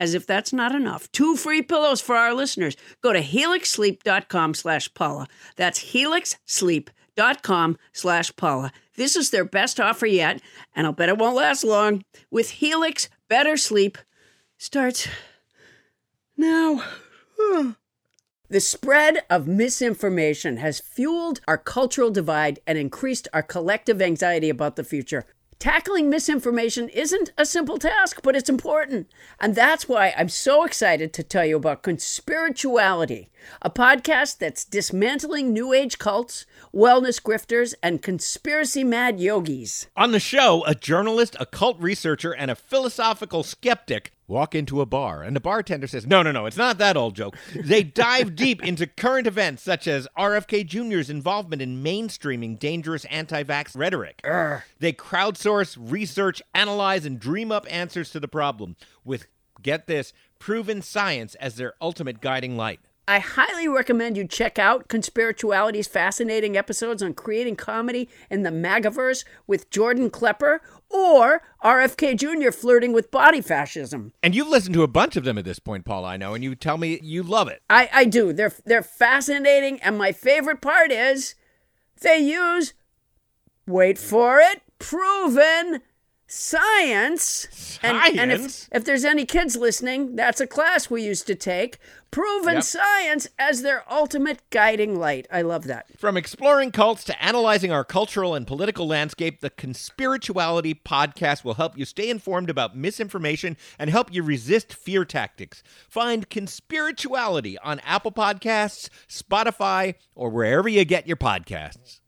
as if that's not enough, two free pillows for our listeners. Go to helixsleep.com slash Paula. That's helixsleep.com slash Paula. This is their best offer yet, and I'll bet it won't last long. With Helix, better sleep starts now. The spread of misinformation has fueled our cultural divide and increased our collective anxiety about the future. Tackling misinformation isn't a simple task, but it's important. And that's why I'm so excited to tell you about Conspirituality, a podcast that's dismantling New Age cults, wellness grifters, and conspiracy mad yogis. On the show, a journalist, a cult researcher, and a philosophical skeptic walk into a bar, and the bartender says, No, no, no, it's not that old joke. They dive deep into current events such as RFK Jr.'s involvement in mainstreaming dangerous anti vax rhetoric. They crowdsource, research, analyze, and dream up answers to the problem with, get this, proven science as their ultimate guiding light. I highly recommend you check out Conspirituality's fascinating episodes on creating comedy in the MAGAverse with Jordan Klepper or RFK Jr. flirting with body fascism. And you've listened to a bunch of them at this point, Paul, I know, and you tell me you love it. I, I do. They're they're fascinating, and my favorite part is they use wait for it, proven science. And, and if, Science? if there's any kids listening, that's a class we used to take. Proven Yep. science as their ultimate guiding light. I love that. From exploring cults to analyzing our cultural and political landscape, the Conspirituality podcast will help you stay informed about misinformation and help you resist fear tactics. Find Conspirituality on Apple Podcasts, Spotify, or wherever you get your podcasts.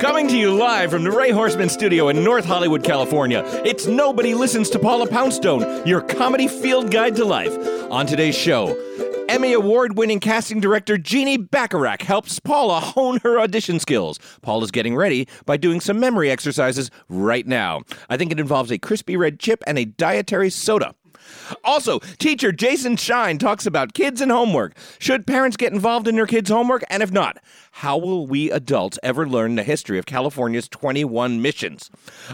Coming to you live from the Ray Horseman Studio in North Hollywood, California, it's Nobody Listens to Paula Poundstone, your comedy field guide to life. On today's show, Emmy Award winning casting director Jeannie Bacharach helps Paula hone her audition skills. Paula's getting ready by doing some memory exercises right now. I think it involves a crispy red chip and a dietary soda. Also, teacher Jason Shine talks about kids and homework. Should parents get involved in their kids' homework? And if not, how will we adults ever learn the history of California's 21 missions?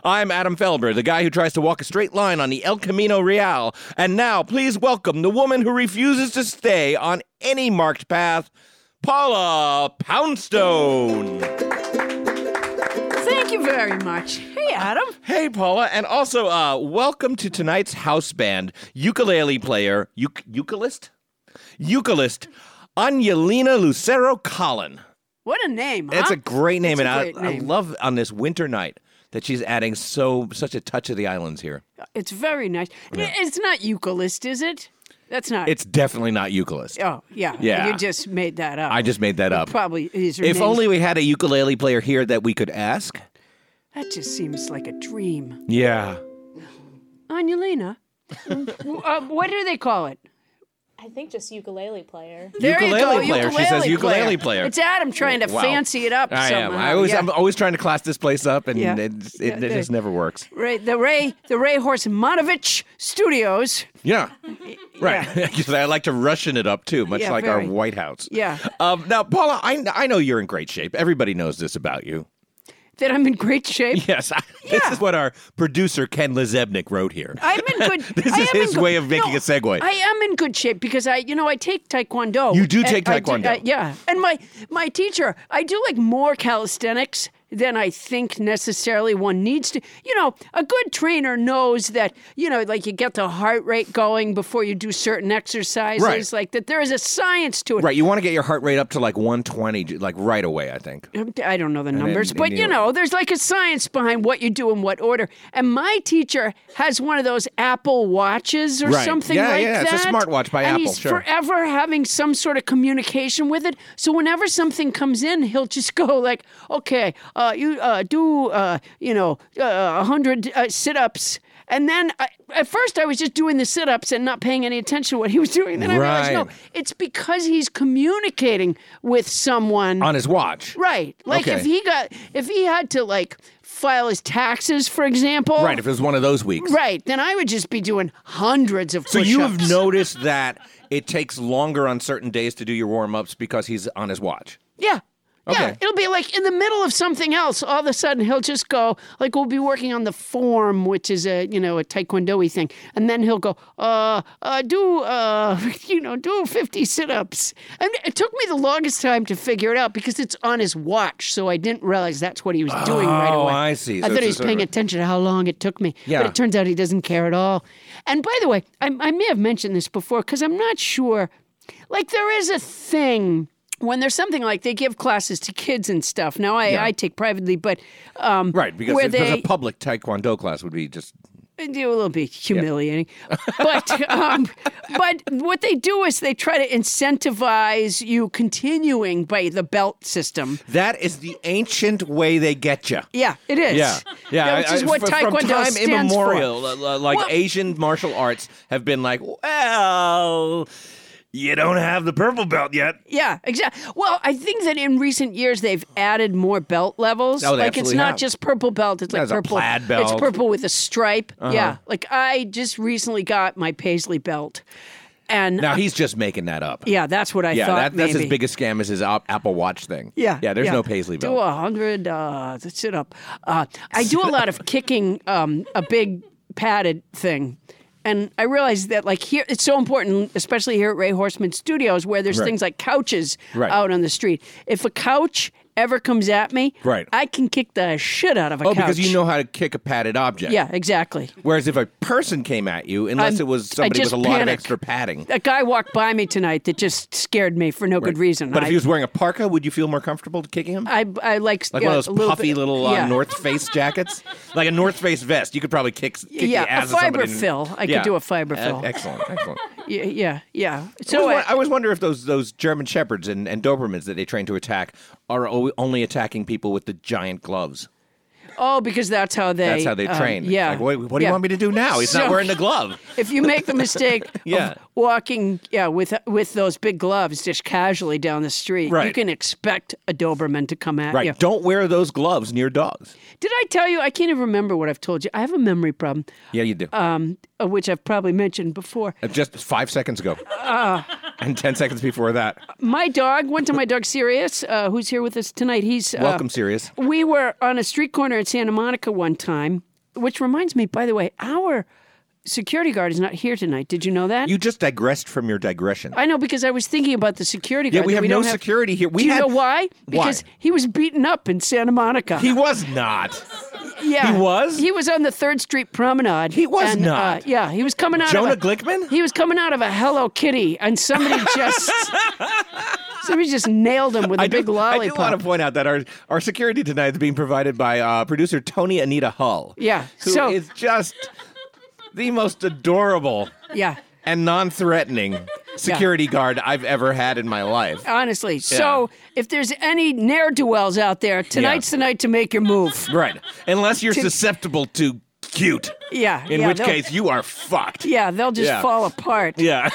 I'm Adam Felber, the guy who tries to walk a straight line on the El Camino Real. And now, please welcome the woman who refuses to stay on any marked path, Paula Poundstone. Thank you very much. Hey, Adam. Hey, Paula, and also uh, welcome to tonight's house band, ukulele player, u- ukulist? Ukulist, Anyelina Lucero Collin. What a name! It's huh? a great name, It's and a I, great I name. love on this winter night that she's adding so such a touch of the islands here. It's very nice. It's not eucalypt, is it? That's not. It's definitely not ukulist. oh yeah. Yeah. You just made that up. I just made that up. probably is. her If name. only we had a ukulele player here that we could ask. That just seems like a dream. Yeah. Anulina, w- uh, what do they call it? I think just ukulele player. There you go, Ukulele player. She says ukulele player. It's Adam trying to Wow. fancy it up. I am. somehow. I always, Yeah. I'm always trying to class this place up, and Yeah. it, it, Yeah, it just there. never works. Ray, the Ray, the Ray Horsemonovich Studios. Yeah. Right. Because I like to Russian it up too, much Yeah, like very. our White House. Yeah. Um, now, Paula, I, I know you're in great shape. Everybody knows this about you. That I'm in great shape. Yes. I, This is what our producer, Ken Lezebnik, wrote here. I'm in good. This I is am in his good- way of making No, a segue. I am in good shape because I, you know, I take taekwondo. You do take And I did- taekwondo. I- yeah, and my my teacher, I do like more calisthenics than I think necessarily one needs to. You know, a good trainer knows that, you know, like you get the heart rate going before you do certain exercises, Right. like that there is a science to it. Right, you want to get your heart rate up to like 120, j- like right away, I think. I don't know the then- numbers, then but you- you know, there's like a science behind what you do in what order. And my teacher has one of those Apple watches or Right. something Yeah, like yeah, that. it's a smartwatch by and Apple, He's sure. forever having some sort of communication with it. So whenever something comes in, he'll just go like, "Okay, uh, you uh, do uh, you know a hundred uh, sit-ups." And then I, at first I was just doing the sit-ups and not paying any attention to what he was doing. Then I realized, Right. no, it's because he's communicating with someone On his watch. Right. Like Okay. if he got if he had to like file his taxes, for example. Right, if it was one of those weeks. Right. Then I would just be doing hundreds of So you have push-ups. noticed that it takes longer on certain days to do your warm ups because he's on his watch. Yeah. Yeah, Okay. it'll be like in the middle of something else. All of a sudden, he'll just go like we'll be working on the form, which is a you know a taekwondo thing, and then he'll go, uh, uh, do uh, you know, do fifty sit-ups. And it took me the longest time to figure it out because it's on his watch, so I didn't realize that's what he was doing right Oh, away. I see. I So thought it's he a was sort paying of- attention to how long it took me, Yeah. but it turns out he doesn't care at all. And by the way, I, I may have mentioned this before because I'm not sure. Like, there is a thing when there's something like they give classes to kids and stuff. Now, I, I take privately, but um, Right, because where if there's they a public taekwondo class would be just it will be humiliating, but um, but what they do is they try to incentivize you continuing by the belt system. that is the ancient way they get you. Yeah, it is. Yeah, yeah. which I- is I- what fr- Taekwondo from time stands immemorial, for. uh, uh, like Well- Asian martial arts have been like, well, you don't have the purple belt yet. Yeah, exactly. Well, I think that in recent years they've added more belt levels. Oh, they like it's absolutely not have. just purple belt; it's like There's a purple plaid belt. Uh-huh. It's purple with a stripe. Yeah, like I just recently got my paisley belt, and Now he's just making that up. yeah, that's what I Yeah, thought. that, that's maybe. his biggest scam is his op- Apple Watch thing. Yeah, yeah. There's no paisley belt. Do a hundred uh, sit up. Uh, I do a lot of kicking, um, a big padded thing. And I realized that, like here, it's so important, especially here at Ray Horseman Studios, where there's Right. things like couches Right. out on the street. If a couch ever comes at me, Right. I can kick the shit out of a oh, couch. because you know how to kick a padded object. Yeah, exactly. Whereas if a person came at you, unless I'm- it was I somebody with just a lot of panic. extra padding. A guy walked by me tonight that just scared me for no good reason. But I, if he was wearing a parka, would you feel more comfortable kicking him? I, I like like yeah, one of a those little puffy bit- little uh, yeah. North Face jackets, like a North Face vest. You could probably kick, kick Yeah, the a ass of somebody in- fiberfill. I could do a fiberfill. Uh, excellent, excellent. Yeah, yeah, yeah. I, So always, I, wa- I always wonder if those those German shepherds and, and Dobermans that they train to attack are o- only attacking people with the giant gloves. Oh, because that's how they. That's how they um, train. It's yeah. Like, what, what do Yeah. you want me to do now? He's So- not wearing the glove. If you make the mistake Yeah. of walking, yeah, with with those big gloves just casually down the street, you Right. can expect a Doberman to come at Right. you. Don't wear those gloves near dogs. Did I tell you? I can't even remember what I've told you. I have a memory problem, Yeah, you do. um, uh, which I've probably mentioned before. Uh, Just five seconds ago. uh. and 10 seconds before that. My dog went to my dog Sirius, uh, who's here with us tonight. He's uh, Welcome, Sirius. We were on a street corner in Santa Monica one time, which reminds me, by the way, our security guard is not here tonight. Did you know that? You just digressed from your digression. I know because I was thinking about the security guard. we that have we no don't have. security here. We Do you had- know why? Because he was beaten up in Santa Monica. he was not. yeah, he was? He was on the Third Street Promenade. He was and, not. Uh, yeah, he was coming out. Jonah of a, Glickman? He was coming out of a Hello Kitty, and somebody just somebody just nailed him with a I big do, lollipop. I do want to point out that our, our security tonight is being provided by uh, producer Tony Anita Hull. Yeah, who is so- just the most adorable yeah. and non threatening security guard I've ever had in my life. Honestly, so if there's any ne'er do wells out there, tonight's the night to make your move. Right. Unless you're susceptible to cute. Yeah, In yeah, which they'll- case you are fucked. yeah, they'll just Yeah. fall apart. Yeah.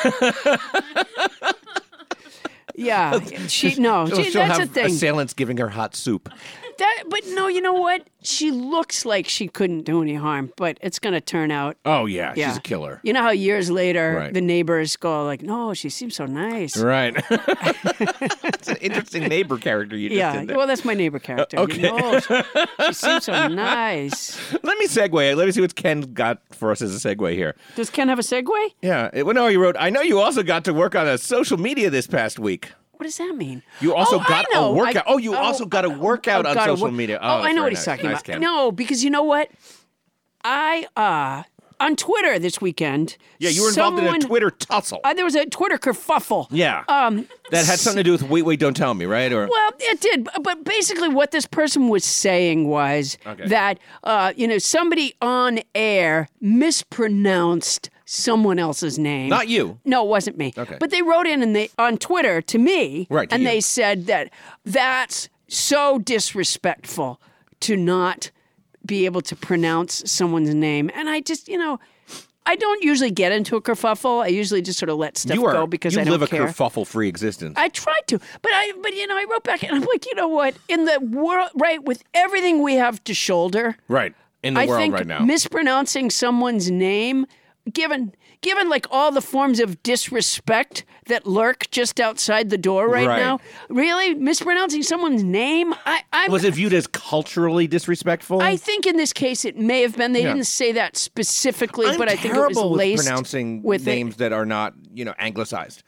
Yeah, she no, She'll- she, she'll that's have the thing. assailants giving her hot soup. That, but no, you know what? She looks like she couldn't do any harm, but it's going to turn out. Oh yeah, yeah. she's a killer. You know how years later Right. the neighbors go like, "No, she seems so nice." Right. it's an interesting neighbor character you just Yeah, did there. well, that's my neighbor character. okay. No, she, she seems so nice. Let me segue. Let me see what Ken got for us as a segue here. Does Ken have a segue? Yeah. It, well, no, you wrote. I know you also got to work on a social media this past week. What does that mean? You also Oh, I got a know. I- workout. oh, you also got a workout I on got a social wo- media. Oh, I that's know very what he's nice. talking Nice, about. Ken. No, because you know what? I uh on Twitter this weekend. Yeah, you were involved someone, in a Twitter tussle. Uh, there was a Twitter kerfuffle. yeah. Um. that had something to do with wait, wait, don't tell me, right? Or Well, it did, bu- but basically, what this person was saying was Okay. that uh, you know somebody on air mispronounced someone else's name. not you. No, it wasn't me. Okay. But they wrote in and they on Twitter to me, Right, to and you. they said that that's so disrespectful to not be able to pronounce someone's name. And I just, you know, I don't usually get into a kerfuffle. I usually just sort of let stuff You are go because you I don't live a care. kerfuffle-free existence. I tried to, but I, but you know, I wrote back and I'm like, you know what? In the world, right, with everything we have to shoulder, right in the I world think right now. mispronouncing someone's name, given given like all the forms of disrespect that lurk just outside the door right, Right. now, really mispronouncing someone's name, I I was it viewed as culturally disrespectful? I think in this case it may have been. They didn't say that specifically, I'm but I think it was terrible with laced pronouncing with it. names that are not you know anglicized.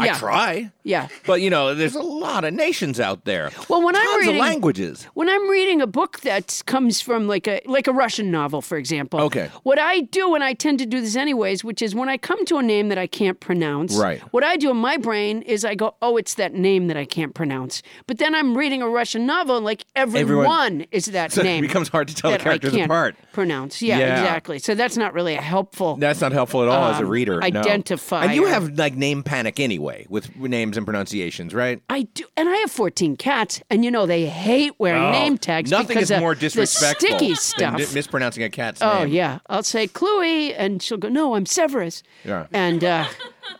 I Yeah. try. Yeah. But you know, there's a lot of nations out there. Well, when I'm Tons of reading- languages. When I'm reading a book that comes from like a like a Russian novel, for example. Okay. What I do, and I tend to do this anyways, which is when I come to a name that I can't pronounce. Right. What I do in my brain is I go, oh, it's that name that I can't pronounce. But then I'm reading a Russian novel, and like everyone, Everyone- is that So it name. becomes hard to tell the that I characters can't apart. Pronounce. Yeah, Yeah. Exactly. So that's not really a helpful. That's not helpful at all as a um, reader. no. identifier. And you have like name panic anyway with names and pronunciations, right? I do, and I have 14 cats, and you know they hate wearing Oh, name tags Nothing because is of more the disrespectful sticky than stuff. di- mispronouncing a cat's Oh name. yeah, I'll say Chloe, and she'll go, "No, I'm Severus." Yeah. And uh,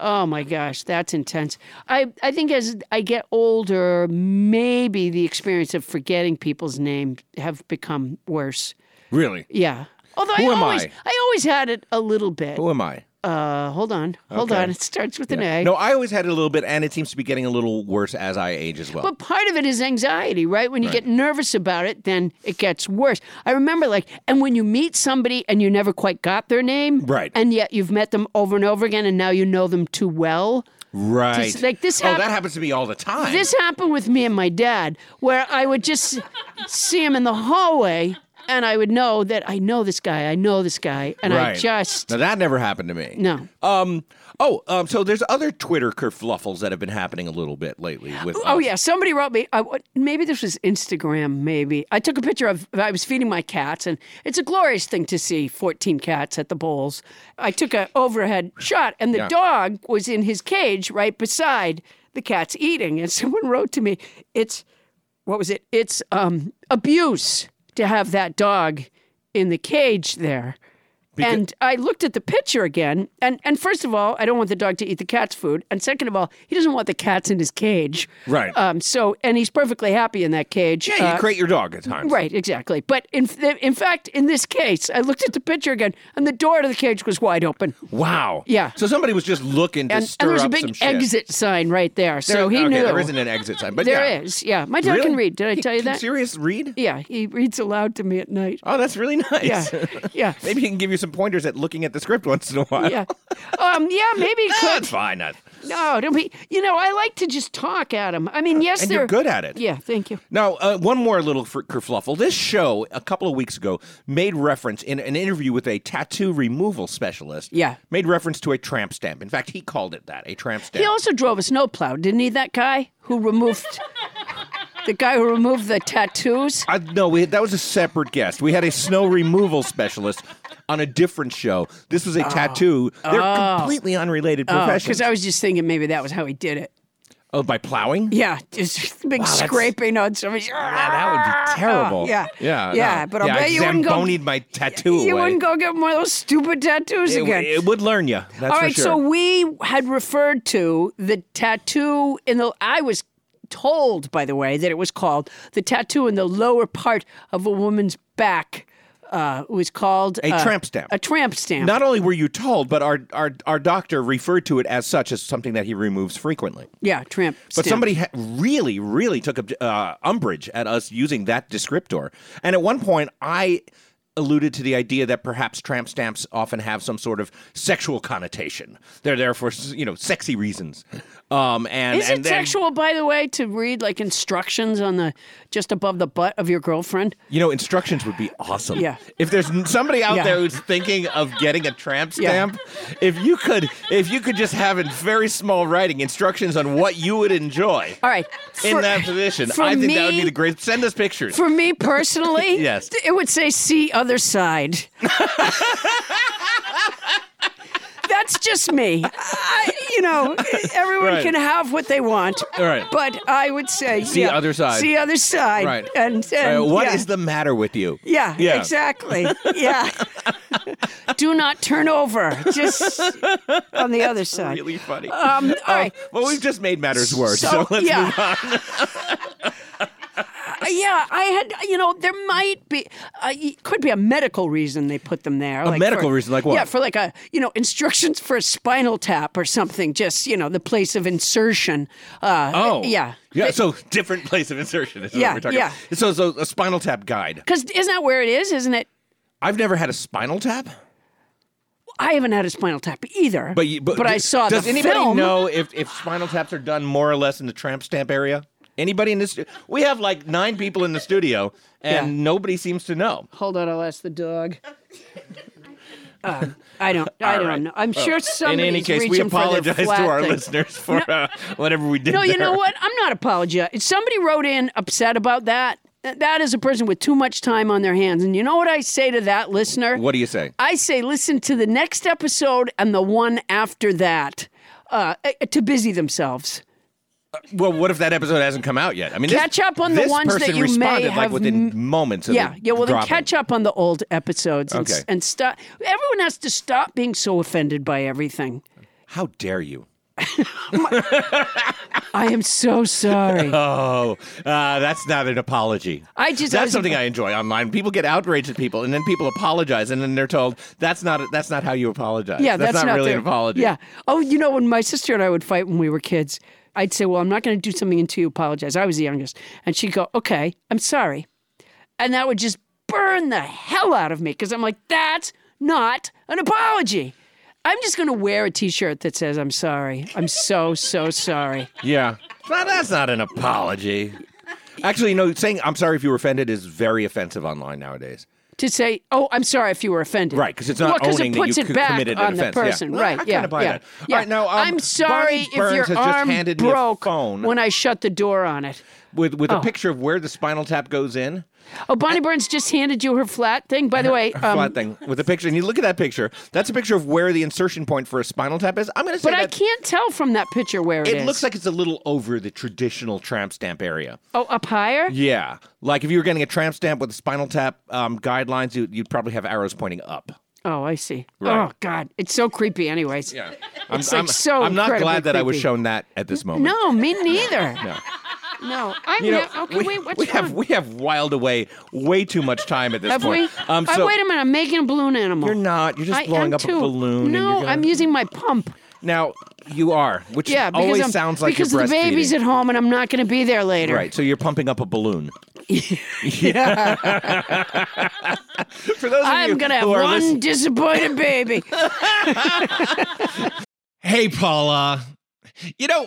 oh my gosh, that's intense. I I think as I get older, maybe the experience of forgetting people's name have become worse. Really? Yeah. Although Who I am always I? always had it a little bit. Who am I? Uh, hold on, hold Okay. on. It starts with an A. No, I always had it a little bit, and it seems to be getting a little worse as I age as well. But part of it is anxiety, right? When you get nervous about it, then it gets worse. I remember, like, and when you meet somebody and you never quite got their name, Right. And yet you've met them over and over again, and now you know them too well. right. Just like this oh, hap- that happens to me all the time. This happened with me and my dad, where I would just see him in the hallway, and I would know that I know this guy, I know this guy, and I right. just Now, that never happened to me. no. Um. Oh. Um. So there's other Twitter kerfluffles that have been happening a little bit lately. With Oh yeah, somebody wrote me. I, what- maybe this was Instagram. Maybe I took a picture of. I was feeding my cats, and it's a glorious thing to see fourteen cats at the bowls. I took a overhead shot, and the Yeah. dog was in his cage right beside the cats eating. And someone wrote to me, "It's what was it? It's um, abuse to have that dog in the cage there." and I looked at the picture again, and, and first of all, I don't want the dog to eat the cat's food, and second of all, he doesn't want the cats in his cage. Right. Um. So, and he's perfectly happy in that cage. Yeah. You Uh, crate your dog at times. Right, exactly. But in in fact, in this case, I looked at the picture again, and the door to the cage was wide open, Wow. Yeah. So somebody was just looking to and, stir and there was a up some big shit. exit sign right there, There- so he okay, knew there isn't an exit sign, but There yeah. is, yeah. My dog Really? can read. Did I He- tell you can that? Serious read. Yeah, he reads aloud to me at night. Oh, that's really nice. Yeah, yeah, Maybe he can give you some pointers at looking at the script once in a while. yeah. Um, yeah, maybe he could. That's fine. That- No, don't be. You know, I like to just talk at him. I mean, yes, And they're you're good at it. Yeah, thank you. Now, uh, one more little fr- kerfluffle. This show, a couple of weeks ago, made reference in an interview with a tattoo removal specialist. Yeah. Made reference to a tramp stamp. In fact, he called it that, a tramp stamp. He also drove a snowplow, didn't he? That guy who removed the guy who removed the tattoos. I, no, we, that was a separate guest. We had a snow removal specialist on a different show. This was a Oh. tattoo. They're completely unrelated professions. Because I was just thinking maybe Oh. that was how he did it. oh, by plowing? Yeah, just big that's- scraping on somebody. Yeah, Yeah, that would be terrible. yeah, yeah, yeah, no. but I'll yeah, bet I you wouldn't go- zambonied my tattoo "Ah, You away. wouldn't go get more of those stupid tattows It, again. w- it would learn you. That's All for right, sure. so we had referred to the tattoo in the. I was told, by the way, that it was called the tattoo in the lower part of a woman's back. Uh, was called A uh, tramp stamp. A tramp stamp. Not only were you told, but our, our our doctor referred to it as such as something that he removes frequently. yeah, tramp. But stamp. somebody ha- really, really took obj- uh, umbrage at us using that descriptor. And at one point, I alluded to the idea that perhaps tramp stamps often have some sort of sexual connotation. They're there for you know sexy reasons. Um, and Is and it then, sexual, by the way, to read like instructions on the just above the butt of your girlfriend? You know, instructions would be awesome. Yeah. If there's n- somebody out Yeah. there who's thinking of getting a tramp Yeah. stamp, if you could, if you could just have in very small writing instructions on what you would enjoy All right. in Uh, for- that position, for I think that would me- be the great. Send us pictures. For me personally, Yes. it would say see other side. That's just me. I, you know, everyone Right. can have what they want. Right. But I would say See yeah, other side. See other side. Right. And, Uh, and what yeah. is the matter with you? Yeah, Yeah. exactly. Yeah. Do not turn over. Just on the other side. Really Oh. funny. Um, all right. well, we've just made matters worse, so, let's yeah. move on. Uh, yeah, I had, you know, there might be, uh, y- could be a medical reason they put them there. A medical reason, like what? Yeah, for like a, you know, instructions for a spinal tap or something, just, you know, the place of insertion. Uh, Yeah. Oh. Yeah. So different place of insertion is Yeah, what we're talking yeah. about. So, so a spinal tap guide. Because isn't that where it is? Isn't it? I've never had a spinal tap. I haven't had a spinal tap either. But, you, but I saw Does the anybody film. know if, if spinal taps are done more or less in the tramp stamp area? Anybody in this? stu- We have like nine people in the studio, and Yeah. nobody seems to know. Hold on, I'll ask the dog. Um, I don't. I All don't right. know. I'm sure In somebody's any case, we reaching for their apologize to flat our thing. listeners for uh, whatever we did. No, you there. know what? I'm not apologizing. Somebody wrote in upset about that. That is a person with too much time on their hands. And you know what I say to that listener? What do you say? I say, listen to the next episode and the one after that uh, uh, to busy themselves. Well, what if that episode hasn't come out yet? I mean, this- Catch up on the this ones that person you may responded, like have within moments. Of yeah, it yeah. Well, then dropping. catch up on the old episodes and, Okay. s and stop. Everyone has to stop being so offended by everything. How dare you? I am so sorry. Oh, uh, that's not an apology. I just- I that's was- something I enjoy online. People get outraged at people, and then people apologize, and then they're told that's not that's not how you apologize. Yeah, that's, not, really their- an apology. Yeah. Oh, you know, when my sister and I would fight when we were kids, I'd say, "Well, I'm not going to do something until you apologize." I was the youngest, and she'd go, "Okay, I'm sorry," and that would just burn the hell out of me because I'm like, "That's not an apology." I'm just going to wear a T-shirt that says, "I'm sorry. I'm so so sorry." yeah. Well, that's not an apology. Actually, no. Saying I'm sorry if you were offended is very offensive online nowadays. To say, "Oh, I'm sorry if you were offended." Right, 'cause it's not well, 'cause owning it that you puts c- it back committed an on offense, the yeah. person. Well, I Right? kinda yeah. buy yeah, that. All yeah. right, now, um, I'm sorry if Barney Burns your has just arm handed me a broke phone. when I shut the door on it. With with a picture of where the spinal tap goes in, Oh, Bonnie Burns just handed you her flat thing. By the way, um, flat thing with a picture, and you look at that picture. That's a picture of where the insertion point for a spinal tap is. I'm going to say but I that can't tell from that picture where it it is. looks like it's a little over the traditional tramp stamp area. oh, up higher. Yeah, like if you were getting a tramp stamp with spinal tap um, guidelines, you, you'd probably have arrows pointing up. Oh, I see. Right. Oh God, it's so creepy. Anyways, yeah, I'm, it's like I'm- so. I'm not incredibly glad that I was creepy. shown that at this moment. No, me neither. no. I'm You know, not- okay. we, wait, what's we wrong? have we have wiled away way too much time at this Have we? point. Um, I, so wait a minute. I'm making a balloon animal. You're not. You're just I blowing am up too. a balloon. No, and you're gonna- I'm using my pump. now you are, which Yeah, because always I'm, sounds like because you're the baby's breastfeeding. at home and I'm not going to be there later. Right, so you're pumping up a balloon. yeah. For those of you I'm going to have who are one listening- disappointed baby. Hey, Paula. You know,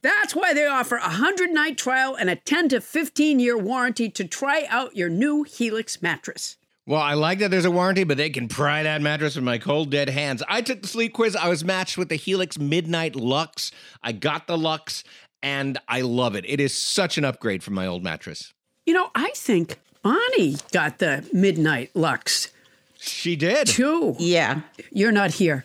That's why they offer a 100 night trial and a 10 to 15 year warranty to try out your new Helix mattress. Well, I like that there's a warranty, but they can pry that mattress from my cold, dead hands. I took the sleep quiz. I was matched with the Helix Midnight Lux. I got the Lux, and I love it. It is such an upgrade from my old mattress. You know, I think Bonnie got the midnight lux She did. too. Yeah. You're not here.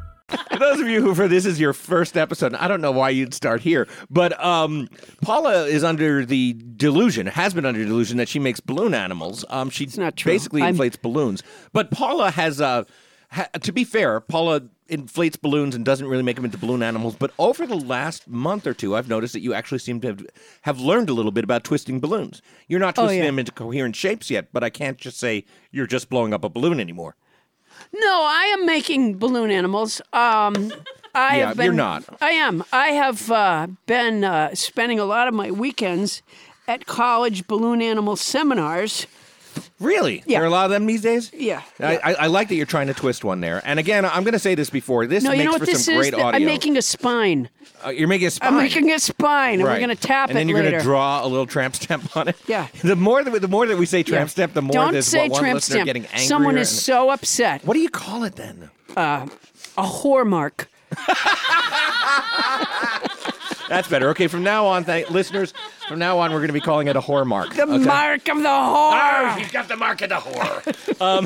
For those of you who, for this is your first episode, I don't know why you'd start here, but um, Paula is under the delusion, has been under delusion that she makes balloon animals. Um, she not true. basically I'm- inflates balloons, but Paula has uh, ha- to be fair, Paula inflates balloons and doesn't really make them into balloon animals. But over the last month or two, I've noticed that you actually seem to have, have learned a little bit about twisting balloons. You're not twisting Oh, yeah. them into coherent shapes yet, but I can't just say you're just blowing up a balloon anymore. No, I am making balloon animals. Um, I Yeah, have been, you're not. I am. I have uh, been uh, spending a lot of my weekends at college balloon animal seminars. Really? Yeah. There are a lot of them these days? Yeah, I, I, I like that you're trying to twist one there. And again, I'm going to say this before. This No, makes you know for what this some is? great audio. I'm making a spine. Uh, you're making a spine. I'm making a spine, and Right. we're going to tap and it then you're later. to draw a little tramp stamp on it. Yeah. The more that we, the more that we say tramp Yeah. stamp, the more Don't there's say one tramp listener stamp. getting angry. Someone is so upset. What do you call it then? A whore mark. That's better. Okay, from now on, thank, listeners, from now on, we're going to be calling it a whore mark. The mark of the whore. He's got the mark of the whore. um,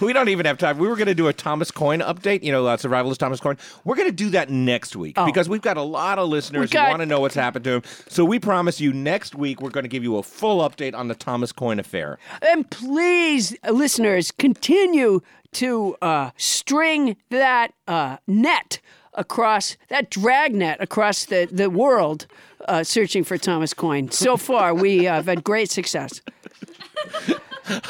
we don't even have time. We were going to do a Thomas Coin update, you know, uh, survivalist Thomas Coin. We're going to do that next week because we've got a lot of listeners Oh. got- who want to know what's happened to him. So we promise you next week we're going to give you a full update on the Thomas Coin affair. And please, listeners, continue to uh, string that uh, net across that dragnet across the the world, uh, searching for Thomas Coin. So far, we uh, have had great success.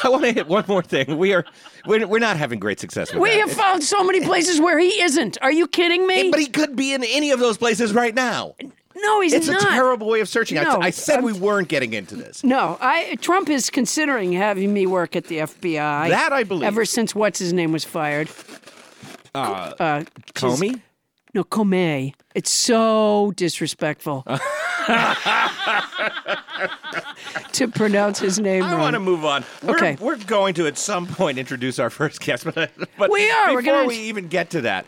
I want to hit one more thing. We are we're, we're not having great success with We that. have found so many places where he isn't. Are you kidding me? but he could be in any of those places right now. no, he's It's not. a terrible way of searching. I- No, I, said I'm- we weren't getting into this. No, I Trump is considering having me work at the FBI. That I believe. Ever since what's his name was fired. Comey? No, Comey. It's so disrespectful to pronounce his name I wrong. want to move on. We're, Okay. we're going to at some point introduce our first guest, but, but We are. We're Before gonna- we even get to that,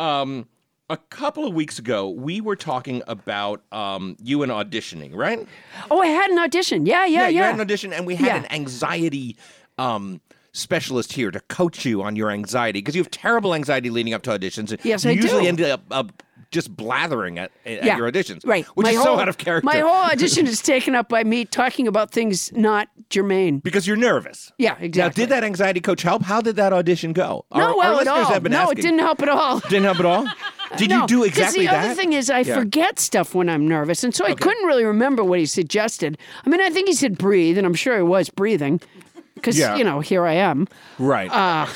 um, a couple of weeks ago, we were talking about um, you and auditioning, right? oh, I had an audition. Yeah, yeah, yeah. You had an audition, and we had Yeah. an anxiety um, specialist here to coach you on your anxiety because you have terrible anxiety leading up to auditions. and Yes, you I usually do. end up. up just blathering at, at Yeah. your auditions, Right. Which My is whole- so out of character. My whole audition is taken up by me talking about things not germane. because you're nervous. Yeah, Now, exactly. did that anxiety coach help? How did that audition go? No, Our- our well, at listeners all. have been no, asking. it didn't help at all. Didn't help at all. Did No, you do 'cause exactly the that? other thing is, I Yeah. forget stuff when I'm nervous, and so I couldn't really remember what he suggested. I mean, I think he said breathe, and I'm sure I was breathing, because Yeah. you know here I am. Right.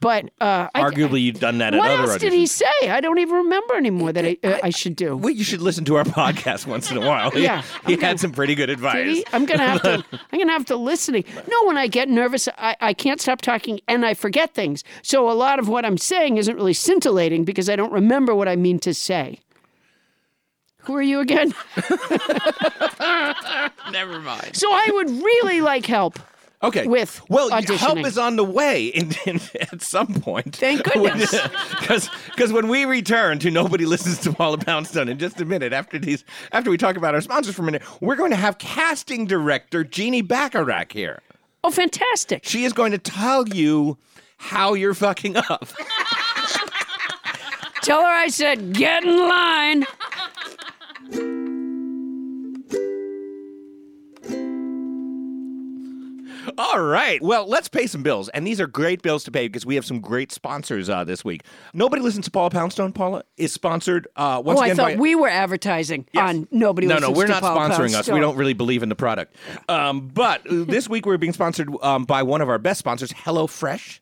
But uh, I, Arguably, you've done that what at other else auditions. did he say? I don't even remember anymore that I, uh, I should do. Well, you should listen to our podcast once in a while. He- Yeah, I'm he, gonna- had some pretty good advice. Did he? I'm gonna have to. I'm gonna have to listen. to- No, when I get nervous, I, I can't stop talking and I forget things. So a lot of what I'm saying isn't really scintillating because I don't remember what I mean to say. Who are you again? Never mind. So I would really like help. Okay. With well, y- help auditioning. is on the way in, in, at some point. Thank goodness. Because when we return to nobody listens to Paula Poundstone in just a minute after these after we talk about our sponsors for a minute, we're going to have casting director Jeannie Bacharach here. Oh, fantastic. She is going to tell you how you're fucking up. Tell her I said, get in line. All right. Well, let's pay some bills, and these are great bills to pay because we have some great sponsors uh, this week. Nobody listens to Paula Poundstone. Paula is sponsored uh, once Oh, I again thought by. we were advertising on Nobody no, no, Listens we're to not Paul sponsoring us. We Poundstone. don't really believe in the product. Um, but uh, this week we're being sponsored um, by one of our best sponsors, HelloFresh.